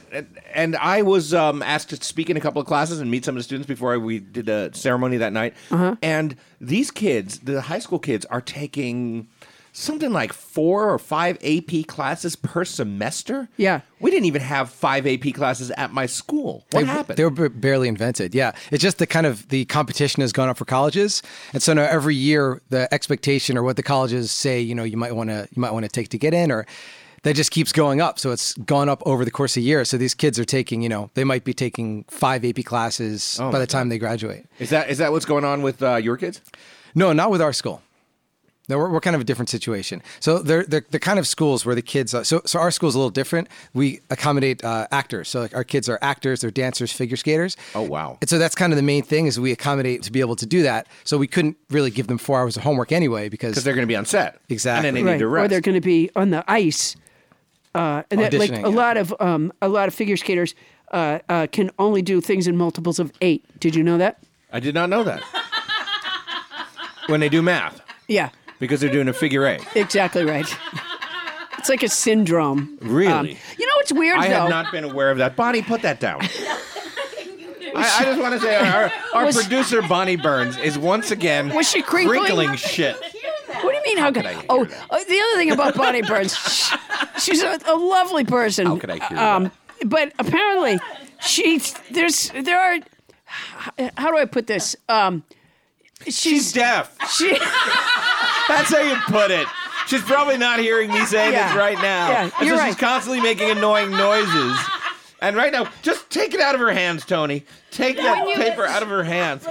and I was um, asked to speak in a couple of classes and meet some of the students before we did the ceremony that night. Uh-huh. And these kids, the high school kids, are taking something like four or five AP classes per semester. Yeah. we didn't even have five AP classes at my school. What they, happened? They were b- barely invented. Yeah, it's just the kind of the competition has gone up for colleges, and so now every year the expectation or what the colleges say, you know, you might want to you might want to take to get in, or that just keeps going up. So it's gone up over the course of years. So these kids are taking, you know, they might be taking five AP classes Oh by the time they graduate. is that is that what's going on with uh, your kids? No, not with our school. No, we're, we're kind of a different situation. So they're, they're the kind of schools where the kids. Are, so so our school's a little different. We accommodate uh, actors. So like our kids are actors, they're dancers, figure skaters. Oh, wow. And so that's kind of the main thing is we accommodate to be able to do that. So we couldn't really give them four hours of homework anyway Because because they're going to be on set. Exactly. And then they need Right. to Or rest. they're going to be on the ice. Uh, and that, like Auditioning, a yeah. lot of um, a lot of figure skaters uh, uh, can only do things in multiples of eight. Did you know that? I did not know that. when they do math, Yeah. because they're doing a figure eight. Exactly right. It's like a syndrome. Um, Really? you know what's weird I though? had not been aware of that. Bonnie, put that down. I, I just want to say our, our Was- producer Bonnie Burns is once again Was she crinkling? shit. what do you mean? How, could could I hear Oh, that? oh, the other thing about Bonnie Burns, sh- she's a, a lovely person. Um, How could I hear But apparently, she there's there are h- how do I put this? Um, She's she's deaf. she, That's how you put it. She's probably not hearing me say this Yeah. right now. Yeah, And you're so she's right. constantly making annoying noises. And right now, just take it out of her hands, Tony. Take that paper out of her hands.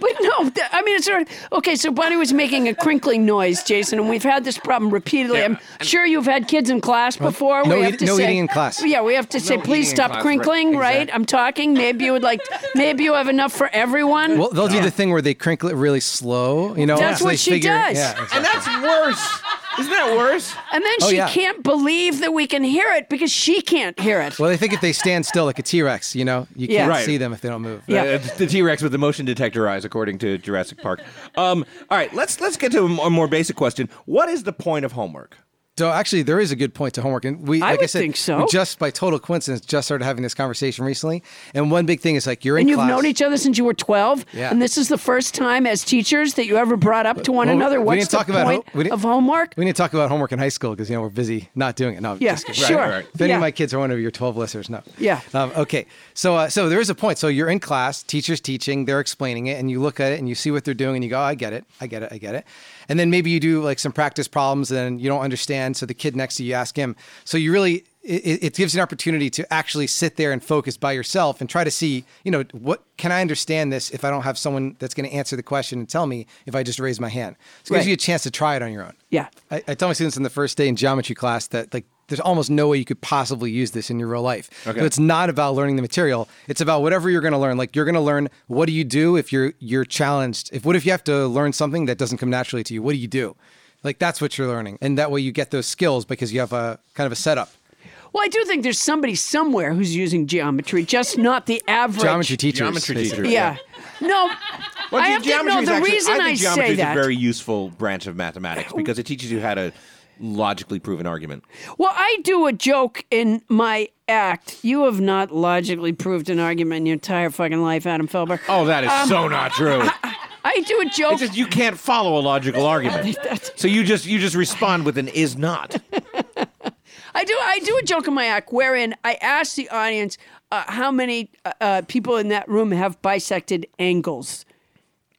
but no, th- I mean it's already, okay. So Bonnie was making a crinkling noise, Jason, and we've had this problem repeatedly. Yeah, I'm sure you've had kids in class before. no we have eat- to no say, eating in class. Yeah, we have to say, eating please in stop class, right, crinkling. Right? exact- I'm talking. Maybe you would like. Maybe you have enough for everyone. Well, they'll do the thing where they crinkle it really slow. You know, That's so they what she figure- does. Yeah, exactly. And that's worse. Isn't that worse? and then Oh, she yeah. can't believe that we can hear it because she can't hear it. Well, they think if they stand still, like a T Rex, you know, you Yeah. can't Right. see them if they don't move. Yeah. Uh, it's the T Rex with the motion detector eyes, according to Jurassic Park. Um, all right, let's let's get to a m- a more basic question. What is the point of homework? So actually, there is a good point to homework, and we, I like I would said, think so. we just by total coincidence, just started having this conversation recently. And one big thing is like you're in and you've class. known each other since you were 12 Yeah. and this is the first time as teachers that you ever brought up to one Well, another we what's didn't the talk about point ho- we didn't- of homework We need to talk about homework in high school because you know we're busy not doing it. No, yeah just kidding. sure right. If any yeah. of my kids are one of your 12 listeners, no. Yeah. Um, okay. So, uh, so there is a point. So you're in class, teacher's teaching, they're explaining it, and you look at it and you see what they're doing, and you go, oh, I get it, I get it, I get it. And then maybe you do like some practice problems, and you don't understand. So the kid next to you, ask him. So you really, it, it gives you an opportunity to actually sit there and focus by yourself and try to see, you know, what can I understand this if I don't have someone that's going to answer the question and tell me if I just raise my hand. So it gives Right. you a chance to try it on your own. yeah I, I tell my students in the first day in geometry class that like there's almost no way you could possibly use this in your real life. Okay. So it's not about learning the material. It's about whatever you're going to learn. Like you're going to learn what do you do if you're you're challenged? If what if you have to learn something that doesn't come naturally to you? What do you do? Like that's what you're learning, and that way you get those skills because you have a kind of a setup. well i do think there's somebody somewhere who's using geometry just not the average Geometry teachers. Geometry basically. teacher. yeah no Well, i ge- have to geometry know is the actually- reason I i, think geometry say is that Oh. a very useful branch of mathematics because it teaches you how to logically prove an argument. well i do a joke in my act you have not logically proved an argument in your entire fucking life adam felber Oh, that is so not true. Um, i do a joke It's just you can't follow a logical argument. So you just you just respond with an is not. I do. I do a joke in my act wherein I ask the audience uh, how many uh, uh, people in that room have bisected angles,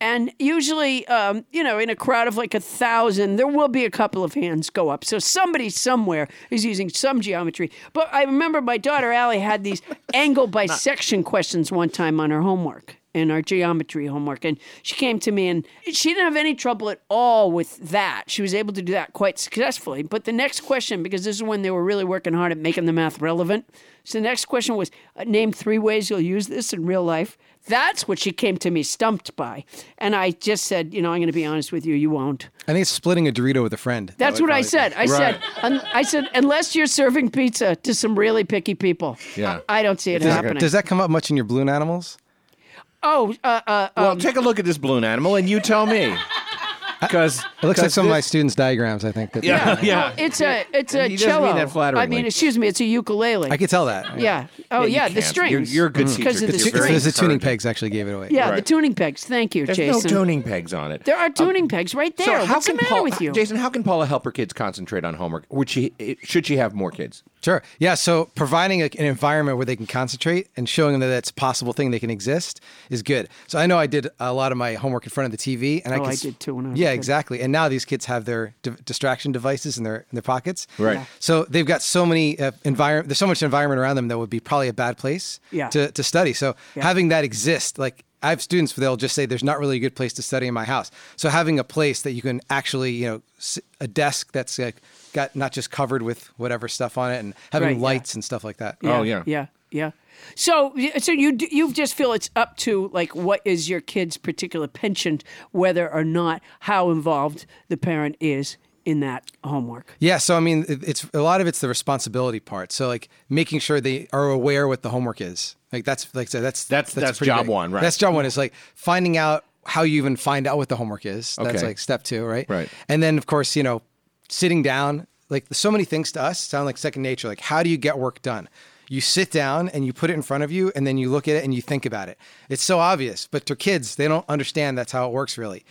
and usually, um, you know, in a crowd of like a thousand, there will be a couple of hands go up. So somebody somewhere is using some geometry. But I remember my daughter Allie had these angle bisection questions one time on her homework. In our geometry homework, and she came to me, and she didn't have any trouble at all with that. She was able to do that quite successfully. But the next question, because this is when they were really working hard at making the math relevant, so the next question was uh, name three ways you'll use this in real life. That's what she came to me stumped by. And I just said, you know, I'm going to be honest with you, you won't. I think it's splitting a Dorito with a friend. That That's would what I probably- said. I said, un- I said, unless you're serving pizza to some really picky people, Yeah. I, I don't see it Does, happening. does that come up much in your balloon animals? oh, uh, uh, uh, Well, take a look at this balloon animal and you tell me. Uh, Because It looks like some of my students' diagrams. I think that yeah, yeah. it's a it's a He doesn't cello. mean I that mean, flatteringly. excuse me, it's a ukulele. I could tell that. yeah. Oh you yeah, the can't. You're- strings. you're a good teacher because of the 'cause you're It's- very- strings. it's the tuning encouraging. pegs actually gave it away. Yeah, the Right. tuning pegs. Thank you, There's Jason. no tuning pegs on it. There are tuning pegs right there. So how What's can the matter Paul- with you? Jason? How can Paula help her kids concentrate on homework? Would she? eh, Should she have more kids? Sure. Yeah. So providing a, an environment where they can concentrate and showing them that that's a possible thing they can exist is good. So I know I did a lot of my homework in front of the TV, and I, Oh, could I s- did too when I was a yeah, kid. exactly. And now these kids have their di- distraction devices in their in their pockets. Right. Yeah. So they've got so many uh, environment. There's so much environment around them that would be probably a bad place Yeah. to to study. So having that exist, like. I have students they'll just say there's not really a good place to study in my house. So having a place that you can actually, you know, s- a desk that's like got not just covered with whatever stuff on it and having Right, yeah. lights and stuff like that. Oh, yeah. yeah, yeah. So, so you d- you just feel it's up to like what is your kid's particular penchant, whether or not how involved the parent is in that homework. Yeah, so I mean, it- it's a lot of it's the responsibility part. So like making sure they are aware what the homework is. Like that's like so that's That's- that's pretty job big. one, right. That's job one is like finding out how you even find out what the homework is. That's Okay. like step two, right? Right. And then of course you know sitting down. Like so many things to us sound like second nature. Like how do you get work done? You sit down and you put it in front of you, and then you look at it and you think about it. It's so obvious, but to kids, they don't understand that's how it works really.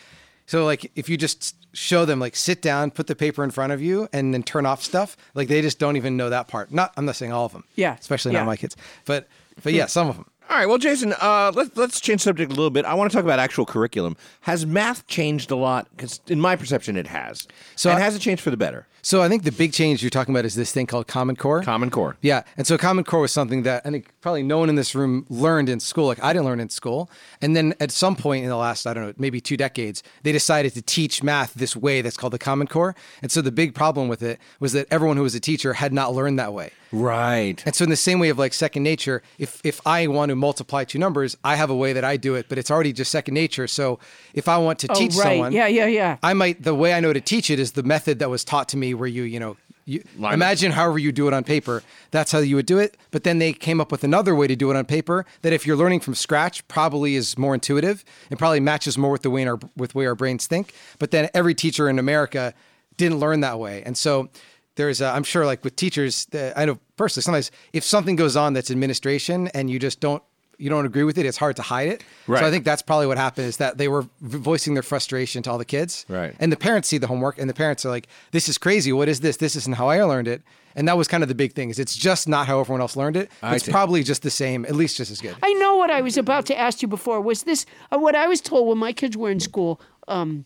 So like if you just show them like sit down, put the paper in front of you, and then turn off stuff, like they just don't even know that part. Not I'm not saying all of them. Yeah. Especially Yeah. not my kids. But but yeah, some of them. All right, well, Jason, uh, let's let's change subject a little bit. I want to talk about actual curriculum. Has math changed a lot? Because in my perception, it has. So So and I- has it changed for the better? So I think the big change you're talking about is this thing called Common Core. Common Core. Yeah, and so Common Core was something that I think probably no one in this room learned in school. Like I didn't learn in school, and then at some point in the last I don't know maybe two decades, they decided to teach math this way. That's called the Common Core. And so the big problem with it was that everyone who was a teacher had not learned that way. Right. And so in the same way of like second nature, if if I want to multiply two numbers, I have a way that I do it, but it's already just second nature. So if I want to Oh, teach right. someone, Yeah, yeah, yeah. I might the way I know to teach it is the method that was taught to me where you, you know, you, Line up. imagine however you do it on paper. That's how you would do it. But then they came up with another way to do it on paper that if you're learning from scratch probably is more intuitive and probably matches more with the way in our with way our brains think. But then every teacher in America didn't learn that way. And so there's uh, I'm sure like with teachers uh, I know personally sometimes if something goes on that's administration and you just don't you don't agree with it, it's hard to hide it. Right. So I think that's probably what happened is that they were v- voicing their frustration to all the kids. Right. And the parents see the homework and the parents are like, this is crazy. What is this? This isn't how I learned it. And that was kind of the big thing is it's just not how everyone else learned it. I it's see. probably just the same, at least just as good. I know what I was about to ask you before. Was this uh, what I was told when my kids were in school? Um,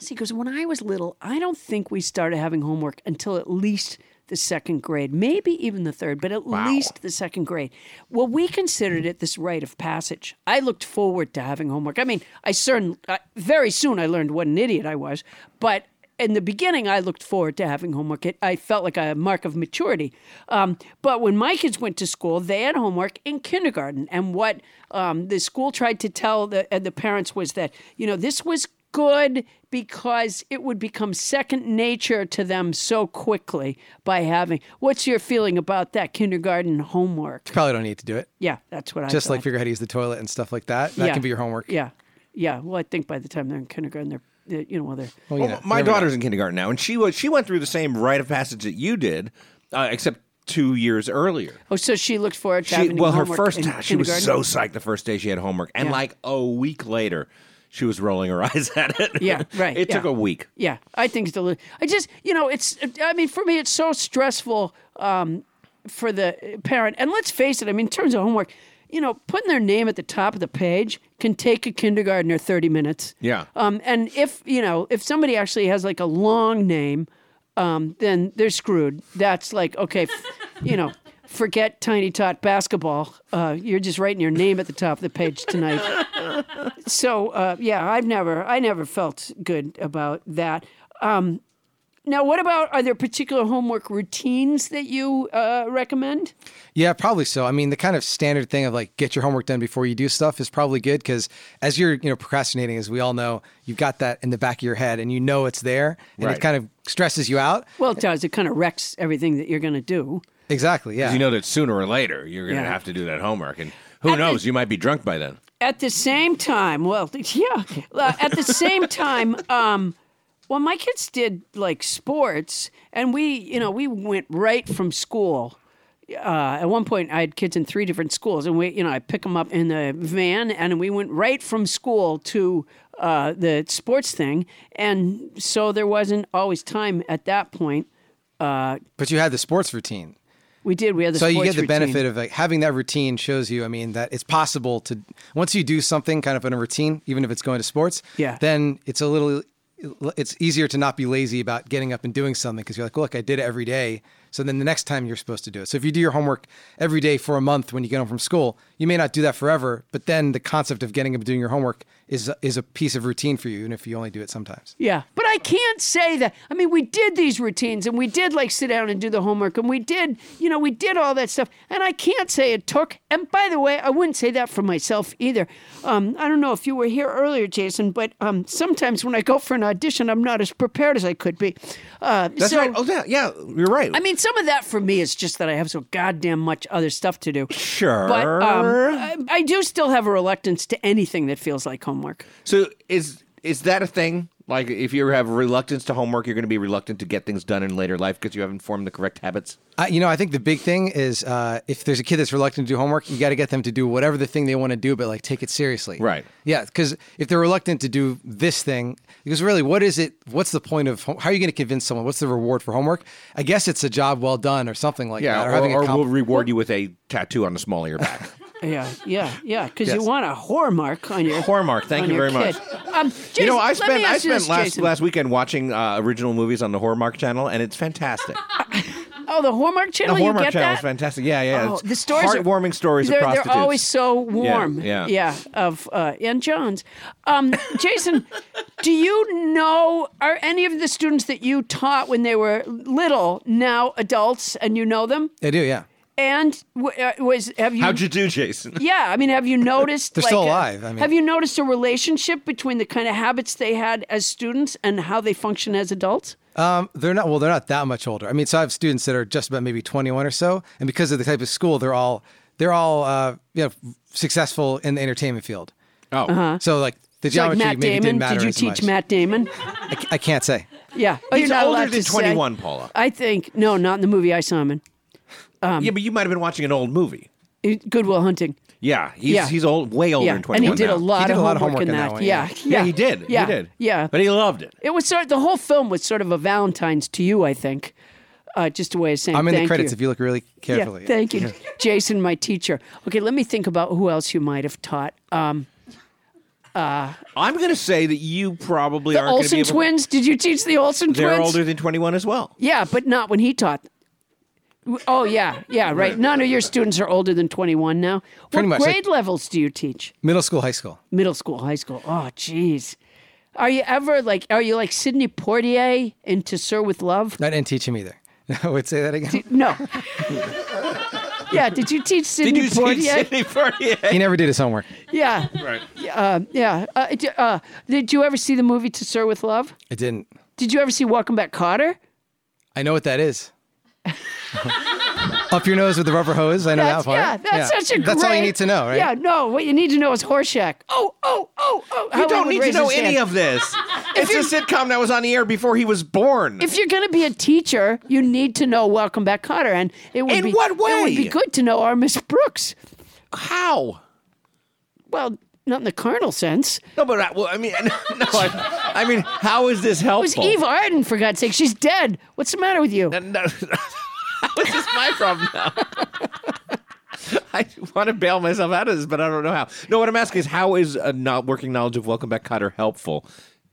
see, because when I was little, I don't think we started having homework until at least the second grade, maybe even the third, but at least the second grade. Well, we considered it this rite of passage. I looked forward to having homework. I mean, I certain I, very soon I learned what an idiot I was, but in the beginning, I looked forward to having homework. It, I felt like a mark of maturity. Um, but when my kids went to school, they had homework in kindergarten. And what um, the school tried to tell the, uh, the parents was that, you know, this was good because it would become second nature to them so quickly by having. What's your feeling about that kindergarten homework? Probably don't need to do it. Yeah, that's what I Just like thought. figure out how to use the toilet and stuff like that. That Yeah. can be your homework. yeah, yeah. Well, I think by the time they're in kindergarten, they're, they're you know, well, they're Well, you Well, know, Oh, my you never know. daughter's in kindergarten now, and she was she went through the same rite of passage that you did, uh, except two years earlier. Oh, so she looked forward to She, having well, her homework first in time, she was so kindergarten? psyched the first day she had homework, and like a week later, she was rolling her eyes at it. Yeah, right, it yeah. took a week. Yeah, I think it's deli- I just, you know, it's. I mean, for me, it's so stressful um, for the parent. And let's face it. I mean, in terms of homework, you know, putting their name at the top of the page can take a kindergartner thirty minutes. Yeah. Um, and if you know, if somebody actually has like a long name, um, then they're screwed. That's like okay, f- you know. Forget tiny tot basketball. Uh, you're just writing your name at the top of the page tonight. so uh, yeah, I've never, I never felt good about that. Um, now, what about are there particular homework routines that you uh, recommend? Yeah, probably so. I mean, the kind of standard thing of like get your homework done before you do stuff is probably good because as you're you know procrastinating, as we all know, you've got that in the back of your head and you know it's there and Right. it kind of stresses you out. Well, it does. It kind of wrecks everything that you're going to do. Exactly. Yeah. You know that sooner or later you're going to Yeah. have to do that homework, and who knows, you might be drunk by then. At the same time, well, yeah. uh, At the same time, um, well, my kids did like sports, and we, you know, we went right from school. Uh, at one point, I had kids in three different schools, and we, you know, I pick them up in the van, and we went right from school to uh, the sports thing, and so there wasn't always time at that point. but you had the sports routine. We did. We had the so you sports get the routine. benefit of like having that routine shows you i mean that it's possible to once you do something kind of in a routine even if it's going to sports Yeah. then it's a little it's easier to not be lazy about getting up and doing something because you're like look i did it every day so then the next time you're supposed to do it so if you do your homework every day for a month when you get home from school you may not do that forever but then the concept of getting up and doing your homework is is a piece of routine for you even if you only do it sometimes Yeah, but I can't say that. I mean, we did these routines and we did like sit down and do the homework and we did, you know, we did all that stuff. And I can't say it took. And by the way, I wouldn't say that for myself either. Um, I don't know if you were here earlier, Jason, but um, sometimes when I go for an audition, I'm not as prepared as I could be. Uh, That's so, right. Oh yeah, yeah, you're right. I mean, some of that for me is just that I have so goddamn much other stuff to do. sure. But um, I, I do still have a reluctance to anything that feels like homework. So is is that a thing? Like if you have reluctance to homework, you're going to be reluctant to get things done in later life because you haven't formed the correct habits. I, you know, I think the big thing is uh, if there's a kid that's reluctant to do homework, you got to get them to do whatever the thing they want to do, but like take it seriously. Right. Yeah, because if they're reluctant to do this thing, because really, what is it? What's the point of? hom- How are you going to convince someone? What's the reward for homework? I guess it's a job well done or something like that. or, having a or comp- we'll reward you with a tattoo on the small of your back. Yeah, yeah, yeah. Because you Yes. want a whore mark on your Hallmark, thank on you your very much. kid. Um, Jason, you know, I let spent me I ask you spent this, last Jason. last weekend watching uh, original movies on the Hallmark Channel, and it's fantastic. Oh, the Hallmark the channel. you Hallmark get Channel is that? fantastic. Yeah, yeah. Oh, it's the stories are- heartwarming stories they're, of they're prostitutes. always so warm. yeah. of uh, and Johns. Um, Jason, do you know are any of the students that you taught when they were little now adults and you know them? They do, yeah. And w- uh, was have you? How'd you do, Jason? yeah, I mean, have you noticed? They're like, still uh, alive, I mean- have you noticed a relationship between the kind of habits they had as students and how they function as adults? Um, they're not well. They're not that much older. I mean, so I have students that are just about maybe 21 or so, and because of the type of school, they're all they're all uh, you know successful in the entertainment field. Oh, Uh-huh. So like the It's like geometry Matt maybe Damon. didn't matter Did you as teach much. Matt Damon? I, c- I can't say. Yeah, oh, He's you're not older allowed than to say. 21, Paula. I think no, not in the movie I saw him in. um, yeah, but you might have been watching an old movie. Goodwill Hunting. Yeah, he's Yeah. he's old, way older yeah, than and twenty-one. he did now. a lot, He did of, a lot of homework homework in in that. that one, yeah. yeah. yeah, Yeah, he did. Yeah, He did. Yeah, but he loved it. it was sort. the whole film was sort of a Valentine's to you, I think. Uh, just a way of saying I'm in thank the credits you. if you look really carefully. Yeah, thank you, Jason, my teacher. Okay, let me think about who else you might have taught. Um, I'm going to say that you probably the aren't going to be Olsen able to- twins. Did you teach the Olsen They're twins? older than 21 as well. Yeah, but not when he taught. Oh yeah, yeah, right. None of your students are older than 21 now. Pretty what much, like- grade levels do you teach? Middle school, high school. middle school, high school. Oh, jeez. Are you ever like, are you like Sidney Portier into Sir with Love? I didn't teach him either. I would say that again. No. yeah, did you teach Did Sidney you see Portier? Sidney Poitier? He never did his homework. Yeah. Right. Uh, yeah. Uh, d- uh, did you ever see the movie To Sir with Love? I didn't. Did you ever see Welcome Back Cotter? I know what that is. Up your nose with the rubber hose. I know That's, that part. yeah, that's such a great. That's all you need to know, right? Yeah, no, what you need to know is Horseshack. Oh, oh, oh, oh. You don't need to know any of this. It's a sitcom that was on the air before he was born. if you're going to be a teacher, you need to know Welcome Back, Cotter, and it would In be what It would be way? good to know our Miss Brooks. How? Well, not in the carnal sense. No, but I, well, I mean, no, I, I mean, how is this It was helpful? Eve Arden, for God's sake. She's dead. What's the matter with you? No, this is my problem now. I want to bail myself out of this, but I don't know how. No, what I'm asking is how is a not working knowledge of Welcome Back Cotter helpful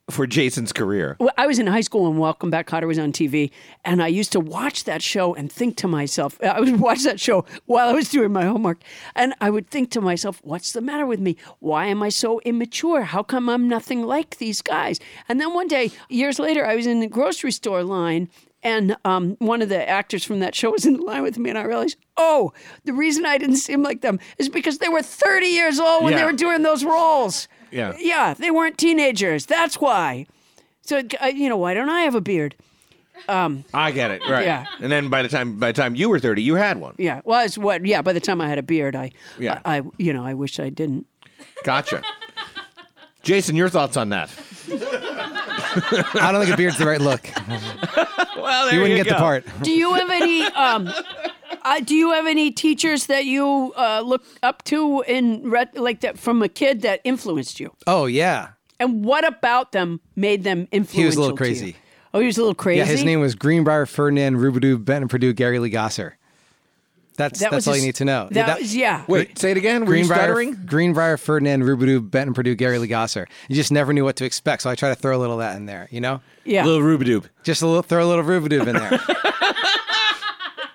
for Jason's career? Well, I was in high school when Welcome Back, Cotter was on TV, and I used to watch that show and think to myself. I would watch that show while I was doing my homework, and I would think to myself, "What's the matter with me? Why am I so immature? How come I'm nothing like these guys?" And then one day, years later, I was in the grocery store line, And um, one of the actors from that show was in line with me, and I realized, oh, the reason I didn't seem like them is because they were 30 years old when they Yeah. were doing those roles. Yeah. Yeah, they weren't teenagers. That's why. So, uh, you know, why don't I have a beard? I get it, right? Yeah. And then by the time by the time you were 30, you had one. Yeah. Well, it's what, yeah, by the time I had a beard, I, Yeah. I, I you know, I wish I didn't. Gotcha. Jason, your thoughts on that? I don't think a beard's the right look. Well, there You wouldn't get the part. Do you have any, um, uh, do you have any teachers that you uh, look up to in, ret- like that from a kid that influenced you? Oh yeah. And what about them made them influential? He was a little to you? crazy. Oh, he was a little crazy. Yeah, his name was Greenbrier Ferdinand Rubidoux Benton Purdue Gary Lee Gosser. That's That that's was all his- you need to know. That, was yeah. Wait, say it again. Were you Greenbrier, stuttering? Greenbrier Ferdinand Rubidoux Benton Purdue Gary Lee Gosser. You just never knew what to expect, so I try to throw a little of that in there. You know, Yeah. Little Rubidoop. just a little throw a little Rubidoux in there.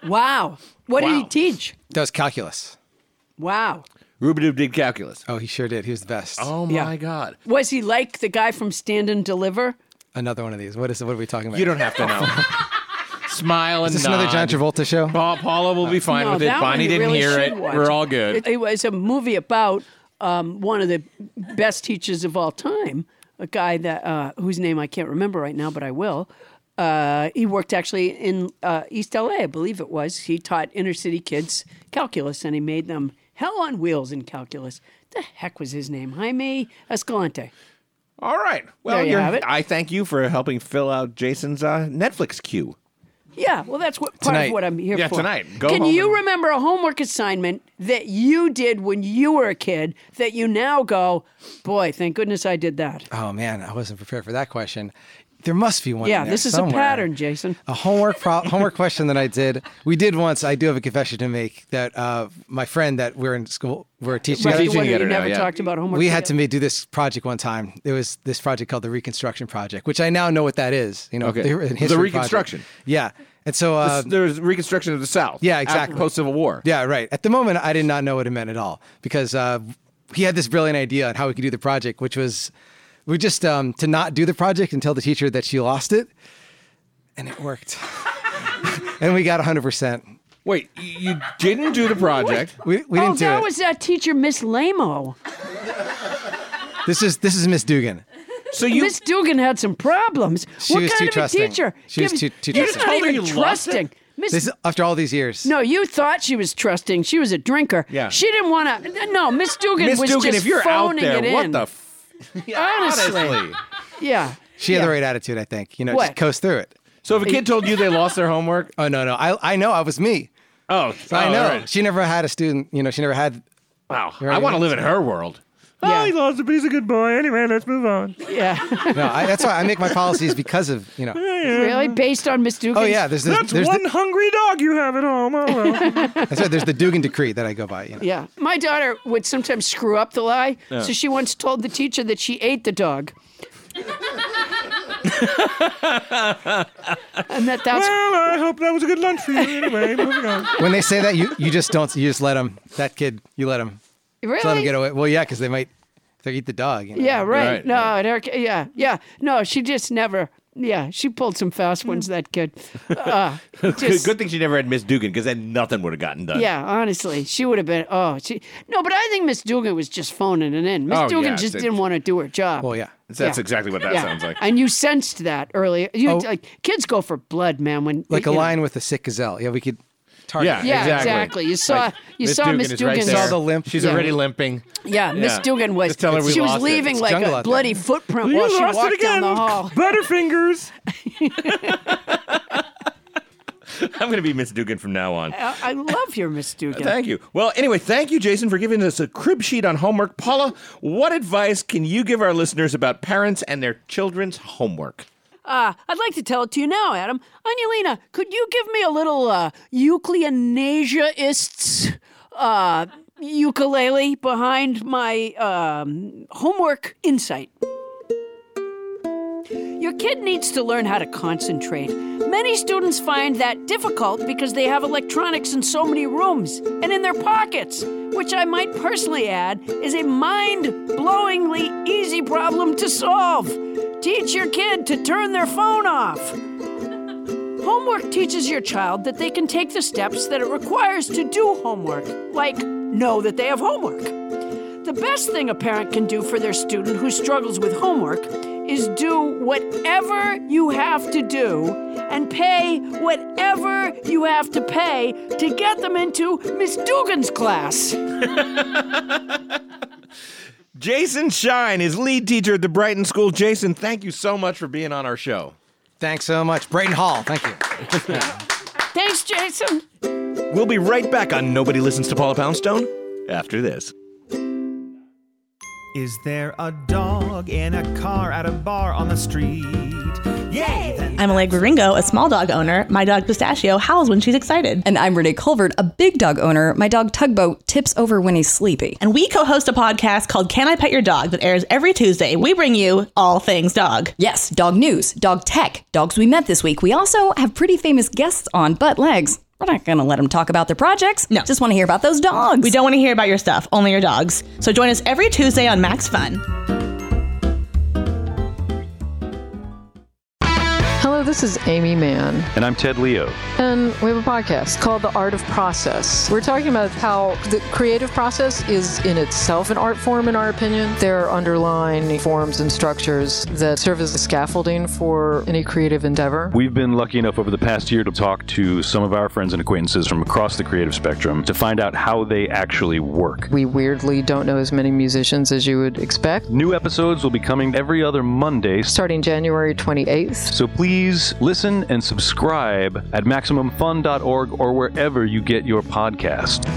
wow. What did he Wow. teach? that was calculus. Wow. Rubidoop did calculus. Oh, he sure did. He was the best. Oh my Yeah. God! Was he like the guy from Stand and Deliver? Another one of these. What is? What are we talking about? You don't have to know. Smile and Is this another John Travolta show? Paul, Paula will be fine No, with it. that one Bonnie you didn't really hear should it. watch. We're all good. It, it was a movie about um, one of the best teachers of all time, a guy that uh, whose name I can't remember right now, but I will. Uh, he worked actually in uh, East LA, I believe it was. He taught inner city kids calculus, and he made them hell on wheels in calculus. The heck was his name? Jaime Escalante. all right. Well, There you you're- have it. I thank you for helping fill out Jason's uh, Netflix queue. Yeah, well, that's what part of Tonight. what I'm here Yeah, for. tonight. Go Can home you and- remember a homework assignment that you did when you were a kid that you now go, boy, thank goodness I did that? Oh man, I wasn't prepared for that question. There must be one. in Yeah, there this is a somewhere. Oh, pattern, Jason. A homework pro- homework question that I did. We did once. I do have a confession to make that uh, my friend that we're in school, we're teaching. Right, together- the one that together you now, never yeah. talked about homework. we had to ma- do this project one time. It was this project called the Reconstruction Project, which I now know what that is. You know, Okay. the, The history project. Reconstruction. Yeah, and so uh, There's Reconstruction of the South. Yeah, exactly. Post Civil War. Yeah, right. At the moment, I did not know what it meant at all because uh, he had this brilliant idea on how we could do the project, which was we just um, to not do the project and tell the teacher that she lost it, and it worked, and we got hundred percent. Wait, y- you didn't do the project. We, we oh, didn't do that it. was that teacher, Miss Lamo. This is this is Miss Dugan. So you Miss Dugan had some problems. She what was kind too of trusting. a teacher? She was gives- too- too You're trusting. not You told her even you lost it? trusting. Miss This is after all these years. No, you thought she was trusting. She was a drinker. Yeah. She didn't want to. No, Miss Dugan Miss was Dugan, just if you're out phoning there, it what in. the f- Honestly. yeah. she had the right attitude, I think. You know, just What? coast through it. So if a kid told you they lost their homework, Oh no, no, I I know I was me. oh, I oh, know. all right. She never had a student. You know, she never had. Wow, I want to live in her world. Yeah. lost a piece of good boy. Anyway, let's move on. yeah. No, I, that's why I make my policies because of you know. really? Based on Miss Dugan? Oh yeah, there's this, there's the- hungry dog you have at home. Oh, well. That's right. There's the Dugan decree that I go by. You know. Yeah. My daughter would sometimes screw up the lie. So she once told the teacher that she ate the dog. and that that's Oh, I hope that was a good lunch for you. Anyway, moving on. When they say that, you, you just don't. You just let them. That kid, you let him. really. Let him get away. Well, yeah, because they might. They eat the dog. You know? Yeah, right. Right, No, and her, yeah, yeah. No, she just never. Yeah, she pulled some fast ones. That kid. Uh, Good, just- good thing she never had Miss Dugan because then nothing would have gotten done. Yeah, honestly, she would have been. Oh, she. No, but I think Miss Dugan was just phoning it in. Miss Oh, Dugan yeah, just that- didn't want to do her job. Well, yeah. That's Yeah. exactly what that Yeah. sounds like. And you sensed that earlier. You Oh. like kids go for blood, man. When Like a you know. lion with a sick gazelle. Yeah, we could target. Yeah, Yeah, Exactly. exactly. You saw. you Miss saw Dugan Miss is right Dugan's. there. Saw the limp. She's Yeah. already limping. Yeah, Miss Yeah. Dugan was. Just tell her we she was lost it. leaving It's like jungle a out bloody footprint while she walked down the hall. Butterfingers. I'm going to be Miss Dugan from now on. I, I love your Miss Dugan. Thank you. Well, anyway, thank you, Jason, for giving us a crib sheet on homework. Paula, what advice can you give our listeners about parents and their children's homework? Uh, I'd like to tell it to you now, Adam. Angelina, could you give me a little uh, Euclianasiaists uh, ukulele behind my um, homework insight? Your kid needs to learn how to concentrate. Many students find that difficult because they have electronics in so many rooms and in their pockets, which I might personally add is a mind blowingly easy problem to solve. Teach your kid to turn their phone off. Homework teaches your child that they can take the steps that it requires to do homework, like know that they have homework. The best thing a parent can do for their student who struggles with homework is do whatever you have to do and pay whatever you have to pay to get them into Miss Dugan's class. Jason Shine is lead teacher at the Brighton School. Jason, thank you so much for being on our show. Thanks so much, Brayden Hall. Thank you. Thanks, Jason. We'll be right back on Nobody Listens to Paula Poundstone after this. Is there a dog in a car at a bar on the street? Yay! I'm Allegra Ringo, a small dog owner. My dog Pistachio howls when she's excited. And I'm Renee Culvert, a big dog owner. My dog Tugboat tips over when he's sleepy. And we co host a podcast called Can I Pet Your Dog that airs every Tuesday. We bring you all things dog. Yes, dog news, dog tech, dogs we met this week. We also have pretty famous guests on Butt Legs. We're not going to let them talk about their projects. No. Just want to hear about those dogs. We don't want to hear about your stuff, only your dogs. So join us every Tuesday on Max Fun. Hello, this is Amy Mann. And I'm Ted Leo. And we have a podcast called The Art of Process. We're talking about how the creative process is in itself an art form, in our opinion. There are underlying forms and structures that serve as the scaffolding for any creative endeavor. We've been lucky enough over the past year to talk to some of our friends and acquaintances from across the creative spectrum to find out how they actually work. We weirdly don't know as many musicians as you would expect. New episodes will be coming every other Monday, Starting January 28th. so please listen and subscribe at MaximumFun.org or wherever you get your podcast.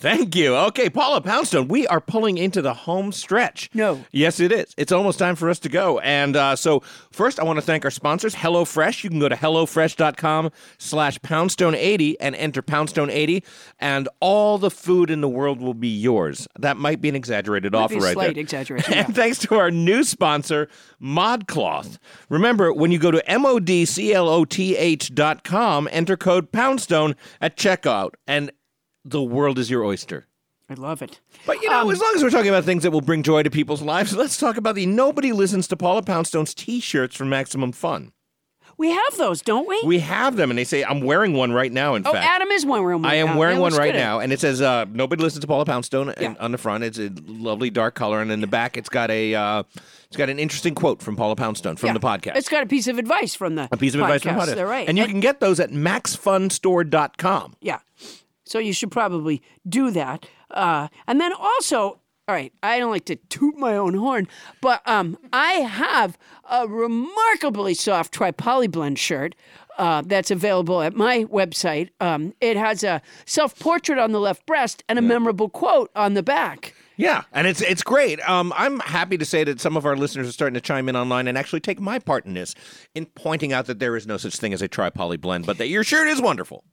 Thank you. Okay, Paula Poundstone, we are pulling into the home stretch. No. Yes, it is. It's almost time for us to go. And uh, so first, I want to thank our sponsors, HelloFresh. You can go to HelloFresh.com slash Poundstone80 and enter Poundstone80, and all the food in the world will be yours. That might be an exaggerated offer Maybe right slight there. exaggeration. And thanks to our new sponsor, ModCloth. Remember, when you go to modcloth.com, enter code Poundstone at checkout, and the world is your oyster. I love it. But you know, Um, as long as we're talking about things that will bring joy to people's lives, let's talk about the Nobody Listens to Paula Poundstone's t shirts from Maximum Fun. We have those, don't we? We have them, and they say, I'm wearing one right now, in oh, fact. Adam is one room. I am now. wearing That one looks right good. now, and it says uh, "Nobody listens to Paula Poundstone." And on the front, it's a lovely dark color, and in the back, it's got a uh, it's got an interesting quote from Paula Poundstone from Yeah. the podcast. It's got a piece of advice from the a piece of advice from the podcast. podcast. They're right. And you can get those at maxfunstore.com. Yeah. So you should probably do that. Uh, and then also, all right, I don't like to toot my own horn, but um, I have a remarkably soft tri poly blend shirt. Uh, that's available at my website. Um, it has a self portrait on the left breast and a memorable quote on the back. Yeah, and it's it's great. Um, I'm happy to say that some of our listeners are starting to chime in online and actually take my part in this, in pointing out that there is no such thing as a tri-poly blend, but that your shirt is wonderful.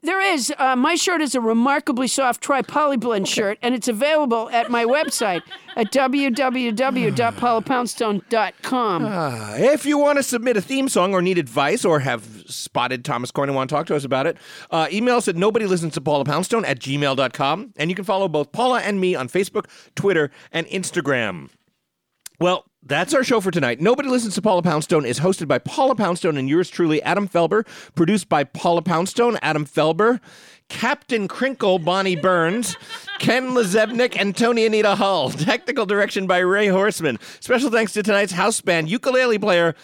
There is. Uh, my shirt is a remarkably soft tri poly blend shirt, and it's available at my website at www.paulapoundstone.com. Ah, if you want to submit a theme song or need advice or have spotted Thomas Corn and want to talk to us about it, uh, email us at nobody listens to Paula Poundstone at gmail.com. And you can follow both Paula and me on Facebook, Twitter, and Instagram. Well, that's our show for tonight. Nobody Listens to Paula Poundstone is hosted by Paula Poundstone and yours truly, Adam Felber. Produced by Paula Poundstone, Adam Felber, Captain Crinkle, Bonnie Burns, Ken Lazebnik, and Tony Anita Hull. Technical direction by Ray Horseman. Special thanks to tonight's house band ukulele player,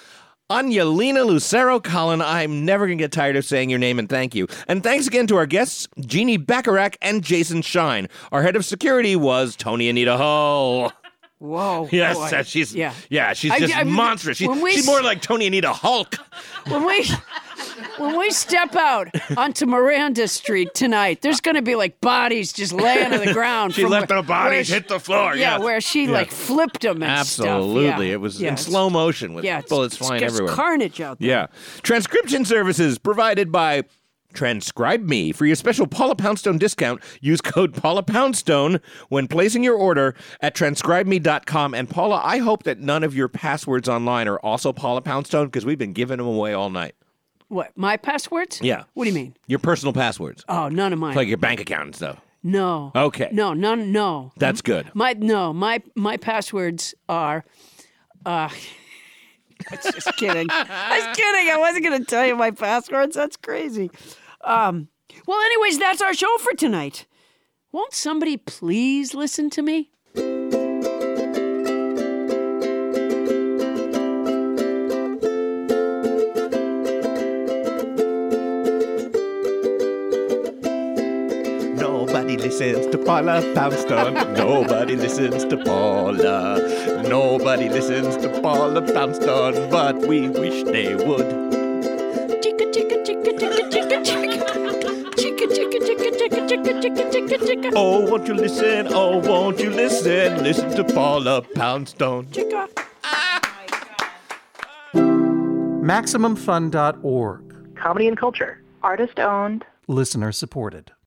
Anyalina Lucero Collin, I'm never going to get tired of saying your name and thank you. And thanks again to our guests, Jeannie Bacharach and Jason Shine. Our head of security was Tony Anita Hull. Whoa. Yes, boy. that- she's yeah. Oh, Yeah. she's I- just I- monstrous. She, when we she's more like Tony Anita Hulk. when we when we step out onto Miranda Street tonight, there's going to be like bodies just laying on the ground. She from left where- her bodies where she- hit the floor, Yeah, yes. where she Yeah. like flipped them and Absolutely, stuff. Yeah. it was Yeah, in it's- slow motion with yeah, it's- bullets it's flying just everywhere. Carnage out there. Yeah. Transcription services provided by Transcribe Me. For your special Paula Poundstone discount, use code Paula Poundstone when placing your order at transcribeme.com. And Paula, I hope that none of your passwords online are also Paula Poundstone because we've been giving them away all night. What my passwords? Yeah. What do you mean? Your personal passwords, Oh, none of mine. like your bank account and stuff. no. Okay. No, none. No. That's good. My no. My my passwords are. Uh, I was just kidding. I was kidding. I wasn't going to tell you my passwords. That's crazy. Um, well, anyways, that's our show for tonight. Won't somebody please listen to me? Nobody listens to Paula Poundstone. Nobody listens to Paula. Nobody listens to Paula Poundstone, but we wish they would. Chicka chicka chicka chicka chicka chicka chicka chicka chicka chicka chicka chicka chicka chicka. Oh, won't you listen? Oh, won't you listen? Listen to Paula Poundstone. Chicka. MaximumFun.org. Comedy and culture. Artist owned. Listener supported.